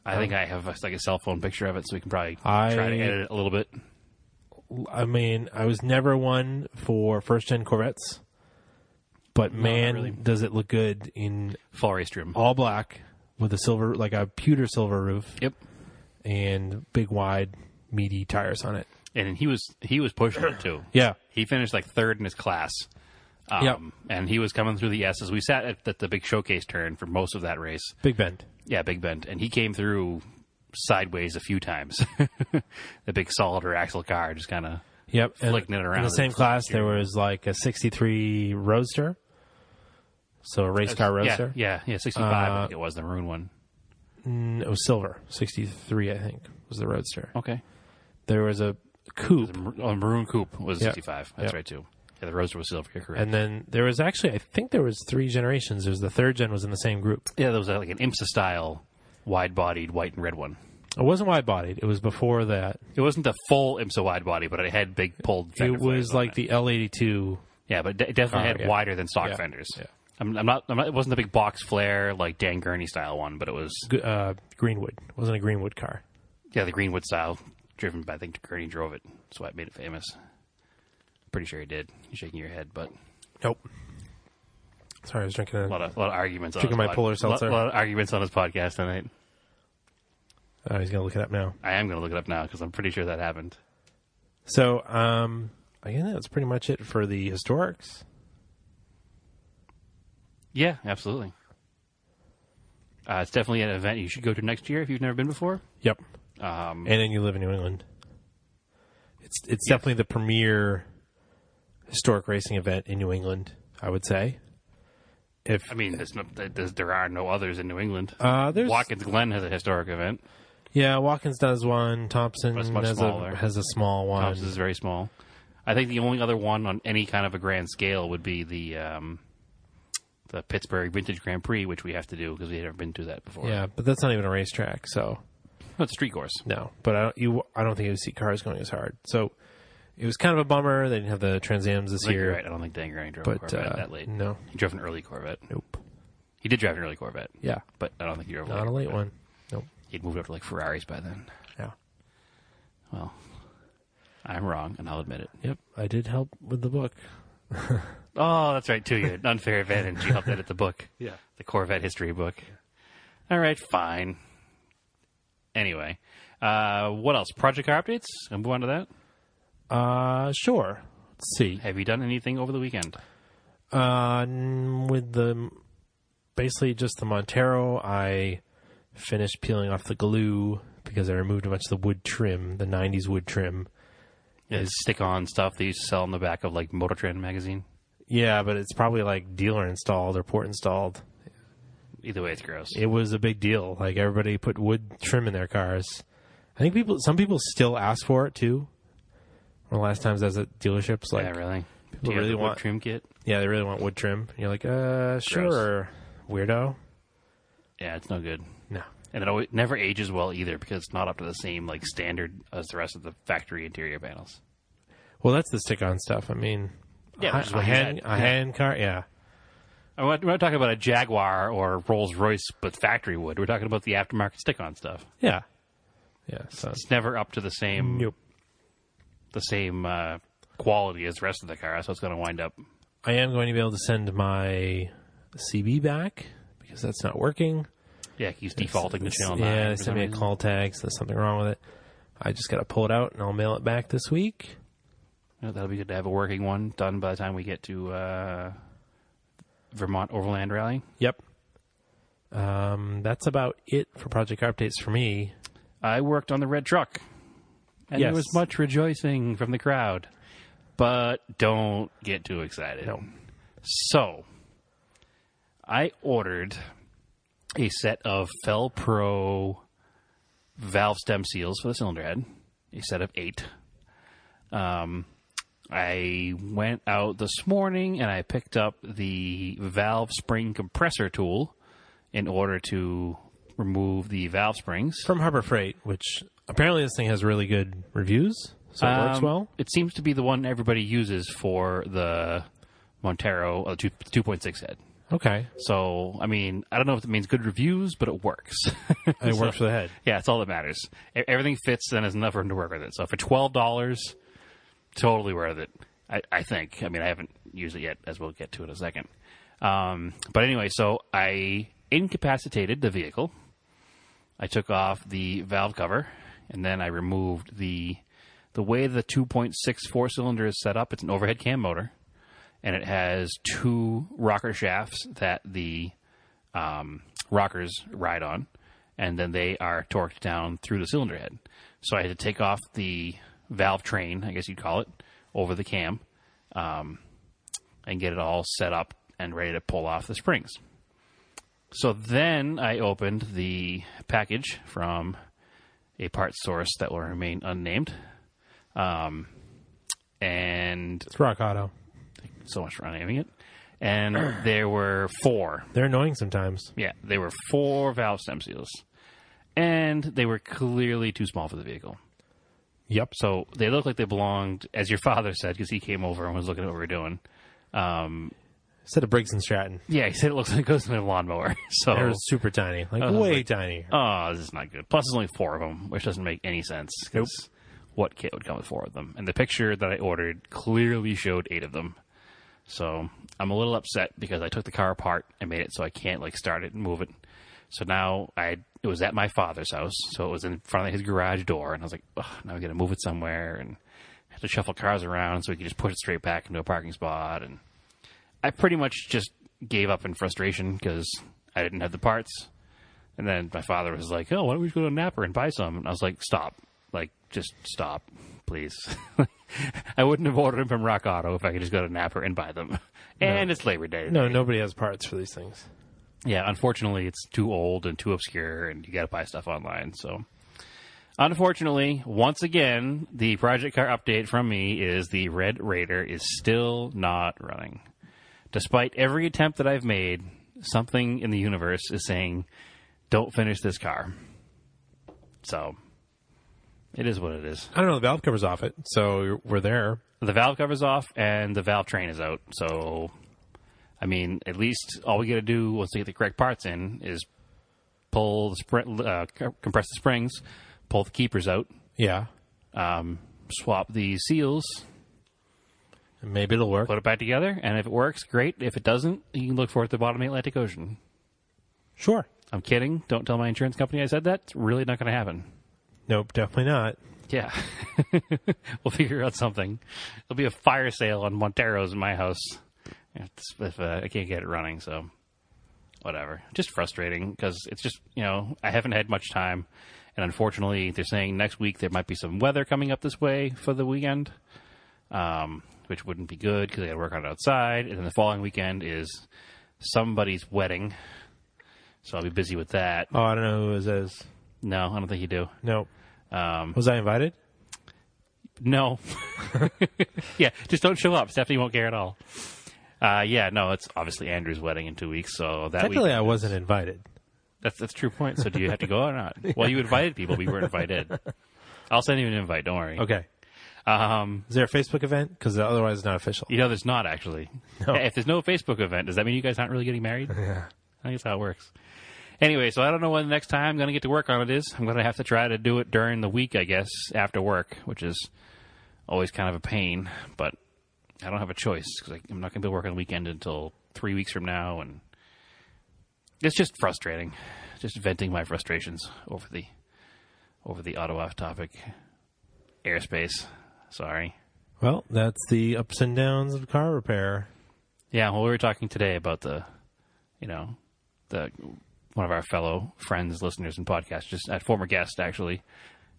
Speaker 1: I think I have uh, like a cell phone picture of it, so we can probably
Speaker 2: Oh. I-
Speaker 1: try to edit it a little bit.
Speaker 2: I mean, I was never one for first gen Corvettes, but man,
Speaker 1: really.
Speaker 2: does it look good in
Speaker 1: Full race trim.
Speaker 2: all black with a silver, like a pewter silver roof.
Speaker 1: Yep.
Speaker 2: and big wide meaty tires on it.
Speaker 1: And he was he was pushing it too.
Speaker 2: Yeah.
Speaker 1: He finished like third in his class. Um,
Speaker 2: Yep.
Speaker 1: And he was coming through the S's. We sat at the, the big showcase turn for most of that race.
Speaker 2: Big Bend.
Speaker 1: Yeah, Big Bend, and he came through sideways a few times. the big solid or axle car just kind of
Speaker 2: Yep. And
Speaker 1: Flicking it
Speaker 2: In
Speaker 1: around.
Speaker 2: the same class there was like a 63 Roadster. So a race car
Speaker 1: yeah,
Speaker 2: Roadster.
Speaker 1: yeah yeah sixty five.
Speaker 2: Uh,
Speaker 1: I think it was the maroon one.
Speaker 2: Mm, It was silver. 63 I think was the Roadster.
Speaker 1: Okay.
Speaker 2: There was a coupe
Speaker 1: Mar- oh, maroon coupe was
Speaker 2: Yeah.
Speaker 1: sixty five. That's
Speaker 2: Yeah.
Speaker 1: right too. Yeah, the Roadster was silver. You're correct.
Speaker 2: and then there was actually I think there was three generations. There was the third gen was in the same group.
Speaker 1: Yeah, there was uh, like an IMSA style, wide bodied white and red one.
Speaker 2: It wasn't wide bodied. It was before that.
Speaker 1: It wasn't the full IMSA wide body, but it had big pulled. fender
Speaker 2: It
Speaker 1: flares
Speaker 2: was
Speaker 1: on
Speaker 2: like the L82.
Speaker 1: yeah, but it de- it definitely
Speaker 2: Oh,
Speaker 1: had
Speaker 2: yeah.
Speaker 1: wider than stock
Speaker 2: Yeah.
Speaker 1: fenders.
Speaker 2: Yeah.
Speaker 1: I'm, I'm, not, I'm not. It wasn't the big box flare like Dan Gurney style one, but it was
Speaker 2: Uh, Greenwood It wasn't a Greenwood car.
Speaker 1: yeah the Greenwood style, driven by I think Gurney drove it. That's why it made it famous. Pretty sure he did. You're shaking your head, but
Speaker 2: Nope. Sorry, I was drinking.
Speaker 1: a lot of, a lot of arguments. on
Speaker 2: Drinking
Speaker 1: his
Speaker 2: my Polar
Speaker 1: A lot,
Speaker 2: Seltzer.
Speaker 1: a lot of arguments on his podcast tonight.
Speaker 2: oh, he's gonna look it up now.
Speaker 1: I am going to look it up now because I'm pretty sure that happened.
Speaker 2: So, um, I guess that's pretty much it for the historics.
Speaker 1: Yeah, absolutely. Uh, it's definitely an event you should go to next year if you've never been before.
Speaker 2: Yep.
Speaker 1: Um,
Speaker 2: And then you live in New England. It's it's definitely the premier historic racing event in New England. I would say. If
Speaker 1: I mean, there's no, there's, there are no others in New England.
Speaker 2: uh, there's
Speaker 1: Watkins Glen has a historic event.
Speaker 2: yeah, Watkins does one. Thompson
Speaker 1: That's much
Speaker 2: has
Speaker 1: smaller.
Speaker 2: a has a small one.
Speaker 1: Thompson's is very small. I think the only other one on any kind of a grand scale would be the um, the Pittsburgh Vintage Grand Prix, which we have to do because we had never been to that before.
Speaker 2: Yeah, but that's not even a racetrack. So
Speaker 1: No, it's a street course.
Speaker 2: No, but I don't. You, I don't think you see cars going as hard. So it was kind of a bummer. They didn't have the Trans Ams this
Speaker 1: I think
Speaker 2: year.
Speaker 1: you're right. I don't think Dan Gurney drove a
Speaker 2: But
Speaker 1: Corvette
Speaker 2: uh,
Speaker 1: that late.
Speaker 2: no,
Speaker 1: He drove an early Corvette.
Speaker 2: nope.
Speaker 1: He did drive an early Corvette,
Speaker 2: Yeah,
Speaker 1: but I don't think he drove
Speaker 2: not a late one. Nope.
Speaker 1: He'd moved up to like Ferraris by then.
Speaker 2: Yeah.
Speaker 1: Well, I'm wrong, and I'll admit it.
Speaker 2: Yep. I did help with the book.
Speaker 1: Oh, that's right, too. You had an unfair advantage. You helped edit the book.
Speaker 2: Yeah.
Speaker 1: The Corvette history book. All right, fine. Anyway, uh, what else? Project car updates? Can we move on to that?
Speaker 2: Uh, sure. Let's see.
Speaker 1: Have you done anything over the weekend?
Speaker 2: Uh, n- with the basically just the Montero, I finished peeling off the glue because I removed a bunch of the wood trim, the '90s wood trim.
Speaker 1: Is stick on stuff they used to sell in the back of like Motor Trend magazine?
Speaker 2: Yeah, but it's probably like dealer installed or port installed.
Speaker 1: Either way, it's gross.
Speaker 2: it was a big deal. Like everybody put wood trim in their cars. I think people, some people still ask for it too. One of the last times I was at dealerships, like
Speaker 1: yeah,
Speaker 2: yeah,
Speaker 1: really.
Speaker 2: people
Speaker 1: Do you have
Speaker 2: really
Speaker 1: the wood
Speaker 2: want-
Speaker 1: trim kit?
Speaker 2: they really want wood trim. And you're like, uh, sure, weirdo.
Speaker 1: Yeah, it's no good.
Speaker 2: No,
Speaker 1: And it always, never ages well either because it's not up to the same like standard as the rest of the factory interior panels.
Speaker 2: well, that's the stick-on stuff. I mean,
Speaker 1: Yeah,
Speaker 2: a,
Speaker 1: which is what
Speaker 2: a
Speaker 1: he
Speaker 2: hand,
Speaker 1: had.
Speaker 2: a hand car, yeah,
Speaker 1: I'm not, we're not talking about a Jaguar or Rolls Royce, but factory wood. We're talking about the aftermarket stick-on stuff.
Speaker 2: yeah, yeah. So
Speaker 1: It's never up to the same
Speaker 2: nope.
Speaker 1: the same uh, quality as the rest of the car, so it's going to wind up.
Speaker 2: I am going to be able to send my CB back because that's not working.
Speaker 1: Yeah, it keeps defaulting to channel nine.
Speaker 2: Yeah, they
Speaker 1: for some
Speaker 2: sent me a
Speaker 1: reason.
Speaker 2: call tag. So there's something wrong with it. I just got to pull it out and I'll mail it back this week.
Speaker 1: You know, that'll be good to have a working one done by the time we get to uh, Vermont Overland Rally.
Speaker 2: Yep. Um, that's about it for project car updates for me.
Speaker 1: I worked on the red truck, and
Speaker 2: Yes.
Speaker 1: there was much rejoicing from the crowd. But don't get too excited.
Speaker 2: No.
Speaker 1: So, I ordered a set of Fel Pro valve stem seals for the cylinder head, a set of eight. Um, I went out this morning and I picked up the valve spring compressor tool in order to remove the valve springs.
Speaker 2: From Harbor Freight, which apparently this thing has really good reviews, so it works
Speaker 1: Um,
Speaker 2: well.
Speaker 1: It seems to be the one everybody uses for the Montero uh, two two point six head.
Speaker 2: Okay,
Speaker 1: So I mean, I don't know if it means good reviews, but it works.
Speaker 2: it works for the head.
Speaker 1: yeah, it's all that matters. E- Everything fits, and there's enough room to work with it. So for twelve dollars, totally worth it. I, I think. I mean, I haven't used it yet, as we'll get to in a second. Um, but anyway, so I incapacitated the vehicle. I took off the valve cover, and then I removed the the way the 2.64 cylinder is set up. It's an overhead cam motor, and it has two rocker shafts that the um, rockers ride on, and then they are torqued down through the cylinder head. So I had to take off the valve train, I guess you'd call it, over the cam, um, and get it all set up and ready to pull off the springs. So then I opened the package from a part source that will remain unnamed. Um, and
Speaker 2: It's Rock Auto.
Speaker 1: so much for unnaming it. And there were four
Speaker 2: They're annoying sometimes.
Speaker 1: yeah, they were four valve stem seals, and they were clearly too small for the vehicle.
Speaker 2: Yep.
Speaker 1: So they looked like they belonged, as your father said, because he came over and was looking at what we were doing. Um,
Speaker 2: Instead of Briggs and Stratton,
Speaker 1: yeah, he said it looks like it goes in a lawnmower. So,
Speaker 2: they're super tiny, Oh. like
Speaker 1: Uh,
Speaker 2: way
Speaker 1: like-
Speaker 2: tinier.
Speaker 1: oh, this is not good. Plus, there's only four of them, which doesn't make any sense. 'cause What kit would come with four of them? And the picture that I ordered clearly showed eight of them. So I'm a little upset because I took the car apart and made it so I can't like start it and move it. So now I it was at my father's house, so it was in front of his garage door, and I was like, Ugh, now we got to move it somewhere and have to shuffle cars around so we could just push it straight back into a parking spot. And I pretty much just gave up in frustration because I didn't have the parts. And then my father was like, "Oh, why don't we just go to Napper and buy some?" And I was like, "Stop! Like, just stop, please." I wouldn't have ordered them from Rock Auto if I could just go to Napper and buy them. And it's Labor Day.
Speaker 2: No, nobody has parts for these things.
Speaker 1: Yeah, unfortunately, it's too old and too obscure, and you got to buy stuff online. So, unfortunately, once again, the project car update from me is the Red Raider is still not running. Despite every attempt that I've made, something in the universe is saying, don't finish this car. So, it is what it is.
Speaker 2: I don't know. The valve covers off it, so we're there.
Speaker 1: The valve cover's off, and the valve train is out. So, I mean, at least all we got to do once we get the correct parts in is pull the spring, uh, c- compress the springs, pull the keepers out,
Speaker 2: Yeah,
Speaker 1: um, swap the seals,
Speaker 2: maybe it'll work.
Speaker 1: put it back together, and if it works, great. If it doesn't, you can look for it at the bottom of the Atlantic Ocean.
Speaker 2: Sure.
Speaker 1: I'm kidding. Don't tell my insurance company I said that. It's really not going to happen.
Speaker 2: Nope, definitely not.
Speaker 1: Yeah. we'll figure out something. There'll be a fire sale on Montero's in my house if, if uh, I can't get it running. So, whatever. Just frustrating because it's just, you know, I haven't had much time. And unfortunately, they're saying next week there might be some weather coming up this way for the weekend, um, which wouldn't be good because I got to work on it outside. And then the following weekend is somebody's wedding. So I'll be busy with that.
Speaker 2: Oh, I don't know who this is.
Speaker 1: No, I don't think you do.
Speaker 2: Nope. Um, was I invited?
Speaker 1: No. yeah, just don't show up. Stephanie won't care at all. Uh, yeah, no, it's obviously Andrew's wedding in two weeks, so that
Speaker 2: Technically,
Speaker 1: week,
Speaker 2: I wasn't invited.
Speaker 1: that's that's a true point. So do you have to go or not? Well, you invited people, we weren't invited. I'll send you an invite. Don't worry.
Speaker 2: Okay.
Speaker 1: Um,
Speaker 2: Is there a Facebook event? Because otherwise, it's not official.
Speaker 1: you know, there's not actually. If there's no Facebook event, does that mean you guys aren't really getting married? Yeah, I think that's how it works. Anyway, so I don't know when the next time I'm going to get to work on it is. I'm going to have to try to do it during the week, I guess, after work, which is always kind of a pain, but I don't have a choice because I'm not going to be working on the weekend until three weeks from now, and it's just frustrating. Just venting my frustrations over the over the auto off topic airspace. Sorry.
Speaker 2: Well, that's the ups and downs of car repair.
Speaker 1: Yeah, well, we were talking today about the, you know, the one of our fellow friends, listeners, and podcast, just a former guest actually.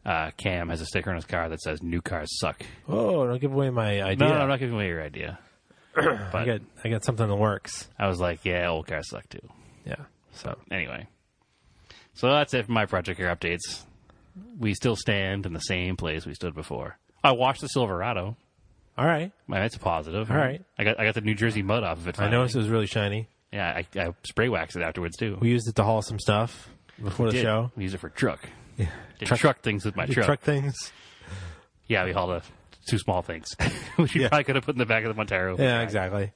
Speaker 1: Uh, Cam has a sticker on his car that says "New cars suck."
Speaker 2: Oh, don't give away my
Speaker 1: No,
Speaker 2: idea.
Speaker 1: no, I'm not giving away your idea.
Speaker 2: I got, I got something in the works.
Speaker 1: I was like, "Yeah, old cars suck too."
Speaker 2: Yeah. So
Speaker 1: Anyway, so that's it for my project here updates. We still stand in the same place we stood before. I washed the Silverado.
Speaker 2: all right.
Speaker 1: Man, that's a positive.
Speaker 2: All right.
Speaker 1: I got I got the New Jersey mud off of it.
Speaker 2: I
Speaker 1: Finally.
Speaker 2: noticed it was really shiny.
Speaker 1: Yeah, I, I spray waxed it afterwards too.
Speaker 2: We used it to haul some stuff before the
Speaker 1: did.
Speaker 2: show.
Speaker 1: We use it for truck.
Speaker 2: Yeah.
Speaker 1: Did truck, things with my
Speaker 2: Did
Speaker 1: truck.
Speaker 2: truck things.
Speaker 1: Yeah, we hauled a, two small things, which you probably could have put in the back of the Montero.
Speaker 2: Yeah, exactly.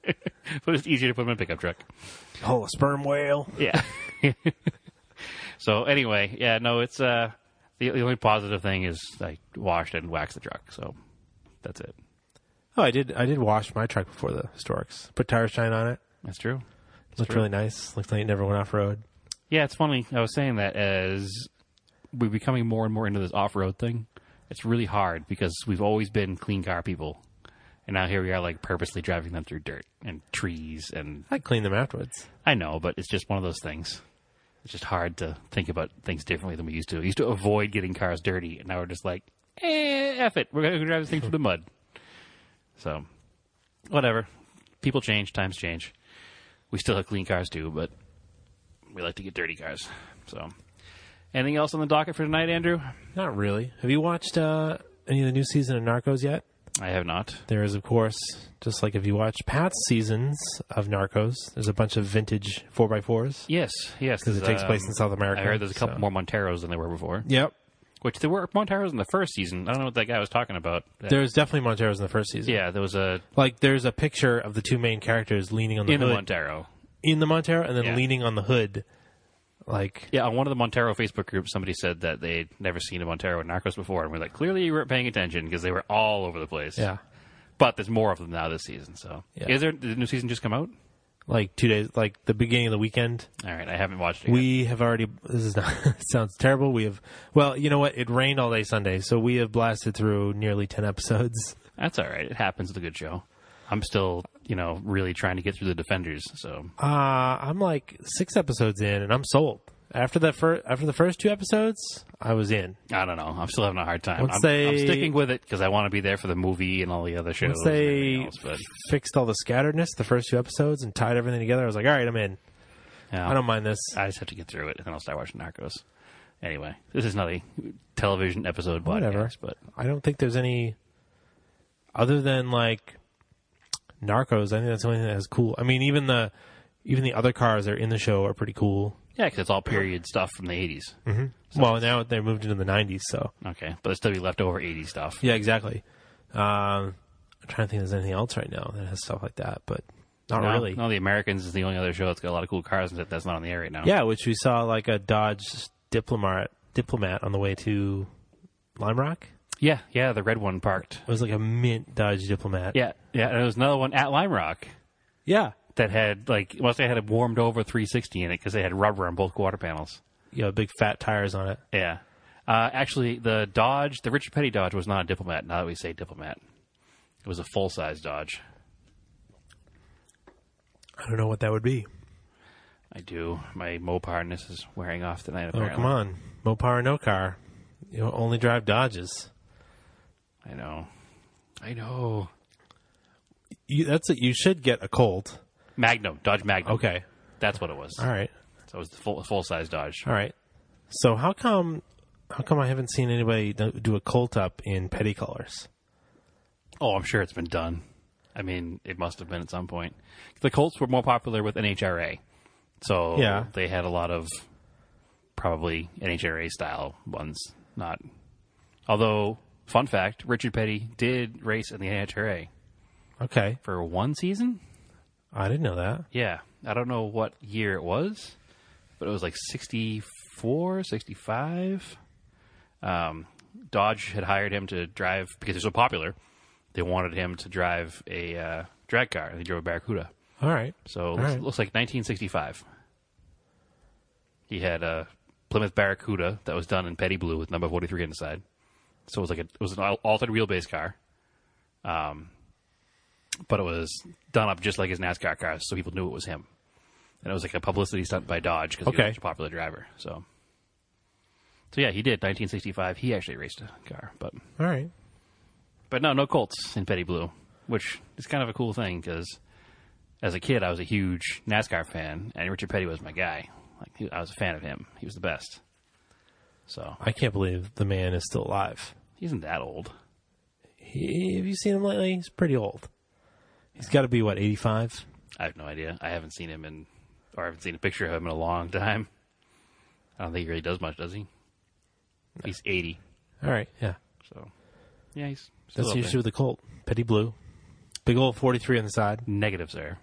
Speaker 1: but it's easier to put them in a pickup truck.
Speaker 2: Haul a sperm whale.
Speaker 1: Yeah. so anyway, yeah, no, it's uh, the, the only positive thing is I washed and waxed the truck. So that's it.
Speaker 2: Oh, I did. I did wash my truck before the historics. Put tire shine on it.
Speaker 1: That's true.
Speaker 2: Looked really nice. Looked like it never went off road.
Speaker 1: Yeah, it's funny. I was saying that as we're becoming more and more into this off-road thing, it's really hard because we've always been clean car people, and now here we are, like purposely driving them through dirt and trees and
Speaker 2: I cleaned them afterwards.
Speaker 1: I know, but it's just one of those things. It's just hard to think about things differently than we used to. We used to avoid getting cars dirty, and now we're just like, eh, F it. We're going to drive this thing through the mud. So, whatever. People change, times change. We still have clean cars too, but we like to get dirty cars. So, anything else on the docket for tonight, Andrew?
Speaker 2: Not really. Have you watched uh, any of the new season of Narcos yet?
Speaker 1: I have not.
Speaker 2: There is, of course, just like if you watch past seasons of Narcos, there's a bunch of vintage 4x4s.
Speaker 1: Yes, yes,
Speaker 2: Because it takes place in South America,
Speaker 1: I heard there's a couple
Speaker 2: so-
Speaker 1: more Monteros than there were before,
Speaker 2: Yep.
Speaker 1: which there were Monteros in the first season. I don't know what that guy was talking about.
Speaker 2: There's definitely Monteros in the first season.
Speaker 1: yeah, there was a
Speaker 2: Like there's a picture of the two main characters leaning on the
Speaker 1: in the
Speaker 2: hood
Speaker 1: Montero.
Speaker 2: in the Montero and then
Speaker 1: Yeah.
Speaker 2: leaning on the hood. Like
Speaker 1: Yeah, on one of the Montero Facebook groups, somebody said that they'd never seen a Montero in Narcos before, and we're like, clearly you weren't paying attention because they were all over the place.
Speaker 2: yeah.
Speaker 1: but there's more of them now this season. So,
Speaker 2: Yeah.
Speaker 1: is there did the new season just come out?
Speaker 2: Like two days like the beginning of the weekend.
Speaker 1: All right, I haven't watched it.
Speaker 2: We have already this is not sounds terrible. We have well, you know what? It rained all day Sunday, so we have blasted through nearly ten episodes.
Speaker 1: yet. That's all right. It happens. It's a good show. I'm still, you know, really trying to get through the Defenders. So,
Speaker 2: Uh I'm like six episodes in and I'm sold. After that first after the first two episodes, I was in.
Speaker 1: I don't know. I'm still having a hard time.
Speaker 2: Once
Speaker 1: I'm,
Speaker 2: they-
Speaker 1: I'm sticking with it because I want to be there for the movie and all the other shows.
Speaker 2: Once
Speaker 1: and everything
Speaker 2: they
Speaker 1: else, but
Speaker 2: fixed all the scatteredness the first two episodes and tied everything together, I was like, all right, I'm in.
Speaker 1: yeah,
Speaker 2: I don't mind this.
Speaker 1: I just have to get through it, and then I'll start watching Narcos. Anyway, this is not a television episode podcast,
Speaker 2: Whatever.
Speaker 1: but
Speaker 2: I don't think there's any other than like Narcos. I think that's the only thing that's cool. I mean, even the even the other cars that are in the show are pretty cool.
Speaker 1: yeah, because it's all period stuff from the '80s.
Speaker 2: well, now they moved into the '90s, so
Speaker 1: Okay, but there's still be leftover '80s stuff.
Speaker 2: yeah, exactly. Um, I'm trying to think if there's anything else right now that has stuff like that, but not
Speaker 1: No,
Speaker 2: really.
Speaker 1: No, the Americans is the only other show that's got a lot of cool cars and that that's not on the air right now.
Speaker 2: Yeah, which we saw like a Dodge diplomat diplomat on the way to Lime Rock.
Speaker 1: yeah, yeah. The red one parked.
Speaker 2: It was like a mint Dodge diplomat.
Speaker 1: Yeah, yeah. And there was another one at Lime Rock
Speaker 2: yeah,
Speaker 1: that had like must have had a warmed over 360 in it because they had rubber on both quarter panels.
Speaker 2: yeah, big fat tires on it.
Speaker 1: Yeah. Uh, actually, the Dodge, the Richard Petty Dodge, was not a diplomat. Now that we say diplomat, it was a full size Dodge.
Speaker 2: I don't know what that would be.
Speaker 1: I do. My Mopar-ness is wearing off tonight.
Speaker 2: Oh,
Speaker 1: Apparently.
Speaker 2: come on. Mopar or no car. You only drive Dodges.
Speaker 1: I know. I know.
Speaker 2: You, that's it. You should get a Colt.
Speaker 1: Magnum, Dodge Magnum.
Speaker 2: Okay.
Speaker 1: that's what it was.
Speaker 2: All right.
Speaker 1: So it was the full full size Dodge.
Speaker 2: All right. So how come how come I haven't seen anybody do do a Colt up in petty colors?
Speaker 1: Oh, I'm sure it's been done. I mean, it must have been at some point. The Colts were more popular with NHRA, so
Speaker 2: Yeah.
Speaker 1: they had a lot of probably NHRA style ones. Not, although fun fact, Richard Petty did race in the NHRA
Speaker 2: Okay.
Speaker 1: for one season.
Speaker 2: I didn't know that.
Speaker 1: Yeah, I don't know what year it was, but it was like 64, 65. Um, Dodge had hired him to drive because they're so popular. They wanted him to drive a uh, drag car, and he drove a Barracuda.
Speaker 2: All right.
Speaker 1: So it
Speaker 2: All
Speaker 1: looks,
Speaker 2: right.
Speaker 1: looks like 1965. He had a Plymouth Barracuda that was done in petty blue with number 43 inside. So it was like a, it was an al- altered wheelbase car, um, but it was done up just like his NASCAR cars, so people knew it was him. And it was like a publicity stunt by Dodge because he
Speaker 2: Okay.
Speaker 1: was such a popular driver. So, so yeah, he did 1965. He actually raced a car, but
Speaker 2: All right.
Speaker 1: but no, no Colts in Petty Blue, which is kind of a cool thing because as a kid, I was a huge NASCAR fan, and Richard Petty was my guy. Like he, I was a fan of him; he was the best. So
Speaker 2: I can't believe the man is still alive.
Speaker 1: he isn't that old.
Speaker 2: He, have you seen him lately? He's pretty old. He's got to be what 85.
Speaker 1: I have no idea. I haven't seen him in, or I haven't seen a picture of him in a long time. I don't think he really does much, does he? He's eighty,
Speaker 2: All right. Yeah.
Speaker 1: so yeah, he's still
Speaker 2: That's
Speaker 1: up
Speaker 2: the
Speaker 1: there.
Speaker 2: issue with the Colt. Petty blue. Big old 43 on the side.
Speaker 1: negative, sir.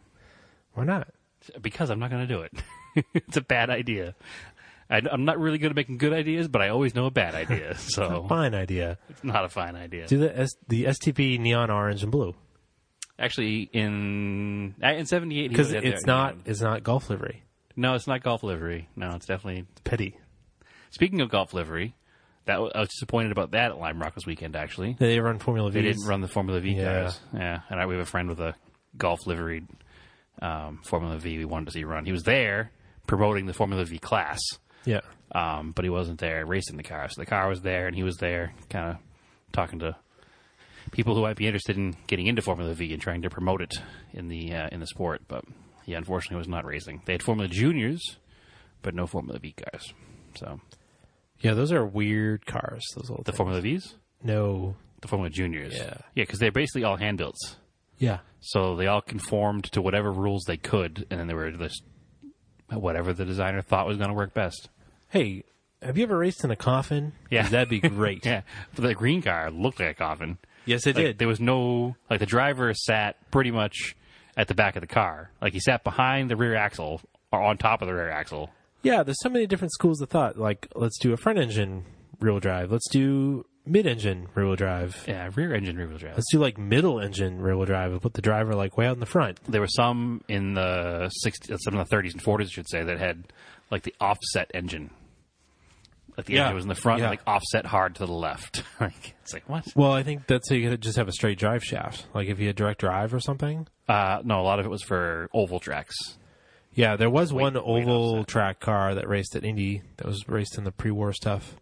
Speaker 2: Why not?
Speaker 1: because I'm not going to do it. it's a bad idea. I, am not really good at making good ideas, but I always know a bad idea, so
Speaker 2: Fine idea.
Speaker 1: it's not a fine idea.
Speaker 2: Do the S- the STP neon orange and blue
Speaker 1: Actually, in uh, in '78,
Speaker 2: because it's not it's not golf livery.
Speaker 1: No, it's not golf livery. No, it's definitely.
Speaker 2: Pity.
Speaker 1: Speaking of golf livery, that w- I was disappointed about that at Lime Rock this weekend. Actually,
Speaker 2: They run Formula V.
Speaker 1: they didn't run the Formula V
Speaker 2: Yeah.
Speaker 1: cars. Yeah, and I, we have a friend with a golf liveried um, Formula V. We wanted to see run. He was there promoting the Formula V class.
Speaker 2: Yeah.
Speaker 1: um, but he wasn't there racing the car. So the car was there, and he was there, kind of talking to people who might be interested in getting into Formula V and trying to promote it in the uh, in the sport. But he unfortunately was not racing. They had Formula Juniors, but no Formula V cars. So
Speaker 2: Yeah. Those are weird cars. Those old.
Speaker 1: the Formula Vs,
Speaker 2: no.
Speaker 1: the Formula Juniors.
Speaker 2: Yeah.
Speaker 1: yeah, because they're basically all hand builds.
Speaker 2: Yeah.
Speaker 1: So they all conformed to whatever rules they could, and then they were just whatever the designer thought was going to work best.
Speaker 2: Hey, have you ever raced in a coffin?
Speaker 1: Yeah.
Speaker 2: 'Cause that'd be great.
Speaker 1: Yeah, but the green car looked like a coffin.
Speaker 2: Yes, it
Speaker 1: Like,
Speaker 2: did.
Speaker 1: There was no like the driver sat pretty much at the back of the car. Like he sat behind the rear axle or on top of the rear axle.
Speaker 2: yeah, there's so many different schools of thought. Like, let's do a front engine rear wheel drive. Let's do mid engine rear wheel drive.
Speaker 1: Yeah, rear engine rear wheel drive.
Speaker 2: Let's do like middle engine rear wheel drive and put the driver like way out in the front.
Speaker 1: There were some in the 60s, some in the 30s and 40s, I should say, that had like the offset engine. Like the
Speaker 2: Yeah.
Speaker 1: engine was in the front,
Speaker 2: Yeah.
Speaker 1: and, like offset hard to the left. like it's like what?
Speaker 2: Well, I think that's how you could just have a straight drive shaft. Like if you had direct drive or something.
Speaker 1: Uh, no, a lot of it was for oval tracks.
Speaker 2: Yeah, there was one
Speaker 1: weight
Speaker 2: oval track car that raced at Indy that was raced in the pre-war stuff.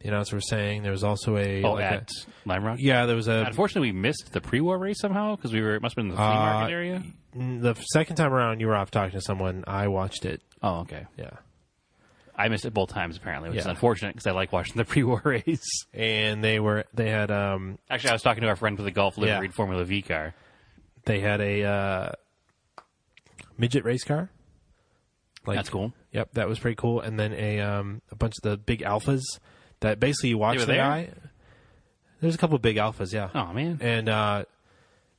Speaker 2: The announcer was saying there was also a,
Speaker 1: Oh,
Speaker 2: like a-
Speaker 1: at Lime Rock.
Speaker 2: yeah, there was a
Speaker 1: Unfortunately, we missed the pre-war race somehow because we were it must have been in the flea
Speaker 2: Uh,
Speaker 1: market area.
Speaker 2: the second time around you were off talking to someone. I watched it.
Speaker 1: Oh, okay.
Speaker 2: Yeah,
Speaker 1: I missed it both times apparently, which is
Speaker 2: Yeah.
Speaker 1: unfortunate because I like watching the pre-war race.
Speaker 2: and they were they had um
Speaker 1: Actually, I was talking to our friend with the golf
Speaker 2: Yeah.
Speaker 1: liveried Formula V car.
Speaker 2: they had a uh, midget race car. Like,
Speaker 1: That's cool.
Speaker 2: Yep, that was pretty cool. And then a um a bunch of the big alphas that basically you watch
Speaker 1: They
Speaker 2: the
Speaker 1: were there?
Speaker 2: guy. There's a couple of big alphas, yeah.
Speaker 1: Oh man,
Speaker 2: and uh,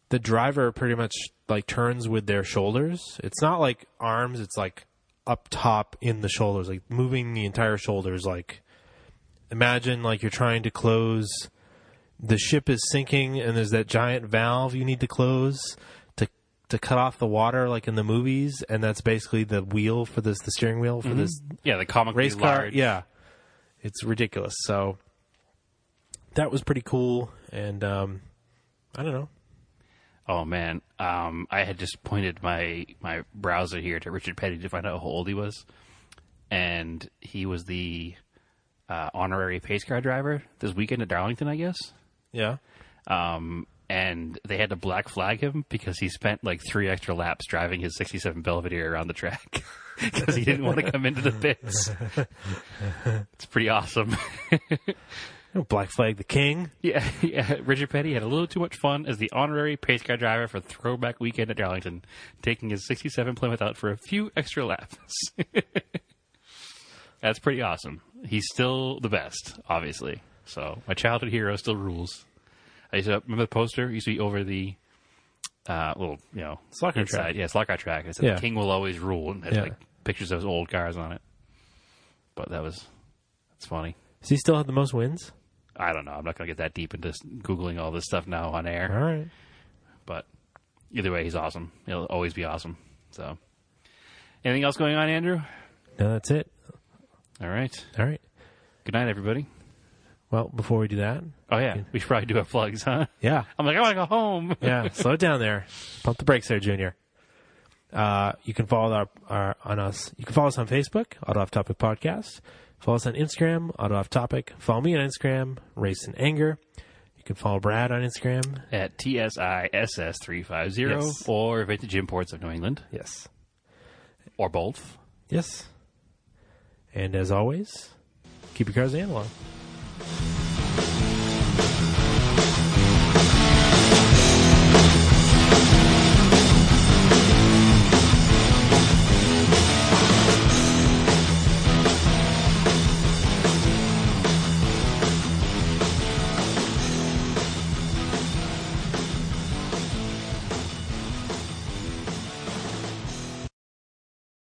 Speaker 2: the driver pretty much like turns with their shoulders. It's not like arms; it's like up top in the shoulders, like moving the entire shoulders. Like imagine like you're trying to close. The ship is sinking, and there's that giant valve you need to close to to cut off the water, like in the movies. And that's basically the wheel for this, the steering wheel for this
Speaker 1: yeah, the comic
Speaker 2: race car.
Speaker 1: Large.
Speaker 2: Yeah, it's ridiculous. So that was pretty cool, and um, I don't know.
Speaker 1: Oh man, um, I had just pointed my my browser here to Richard Petty to find out how old he was, and he was the uh, honorary pace car driver this weekend at Darlington, I guess.
Speaker 2: Yeah,
Speaker 1: Um, and they had to black flag him because he spent like three extra laps driving his 67 Belvedere around the track because he didn't want to come into the pits. it's pretty awesome.
Speaker 2: Black Flag the King.
Speaker 1: yeah, yeah. Richard Petty had a little too much fun as the honorary pace car driver for Throwback Weekend at Darlington, taking his 67 Plymouth out for a few extra laps. That's pretty awesome. He's still the best, obviously. So my childhood hero still rules. I used to remember the poster. It used to be over the uh, little, you know,
Speaker 2: Slot car
Speaker 1: inside-
Speaker 2: track.
Speaker 1: Yeah, slot car track. It said
Speaker 2: Yeah.
Speaker 1: the king will always rule, and it had
Speaker 2: Yeah.
Speaker 1: like pictures of those old cars on it. But that was that's funny.
Speaker 2: Does he still have the most wins?
Speaker 1: I don't know. I'm not going to get that deep into s- googling all this stuff now on air.
Speaker 2: All right.
Speaker 1: But either way, he's awesome. He'll always be awesome. So, anything else going on, Andrew?
Speaker 2: No, that's it.
Speaker 1: All right.
Speaker 2: All right.
Speaker 1: Good night, everybody.
Speaker 2: Well, before we do that,
Speaker 1: Oh yeah, we should probably do our plugs, huh?
Speaker 2: yeah,
Speaker 1: I'm like, I want to go home.
Speaker 2: yeah, slow it down there. Pump the brakes there, Junior. Uh, you can follow our, our on us. You can follow us on Facebook, Auto Off Topic Podcast. Follow us on Instagram, Auto Off Topic. Follow me on Instagram, Race and Anger. You can follow Brad on Instagram.
Speaker 1: At TSISS three five zero
Speaker 2: Yes.
Speaker 1: or Vintage Imports of New England
Speaker 2: Yes.
Speaker 1: or both.
Speaker 2: Yes. And as always, keep your cars analog.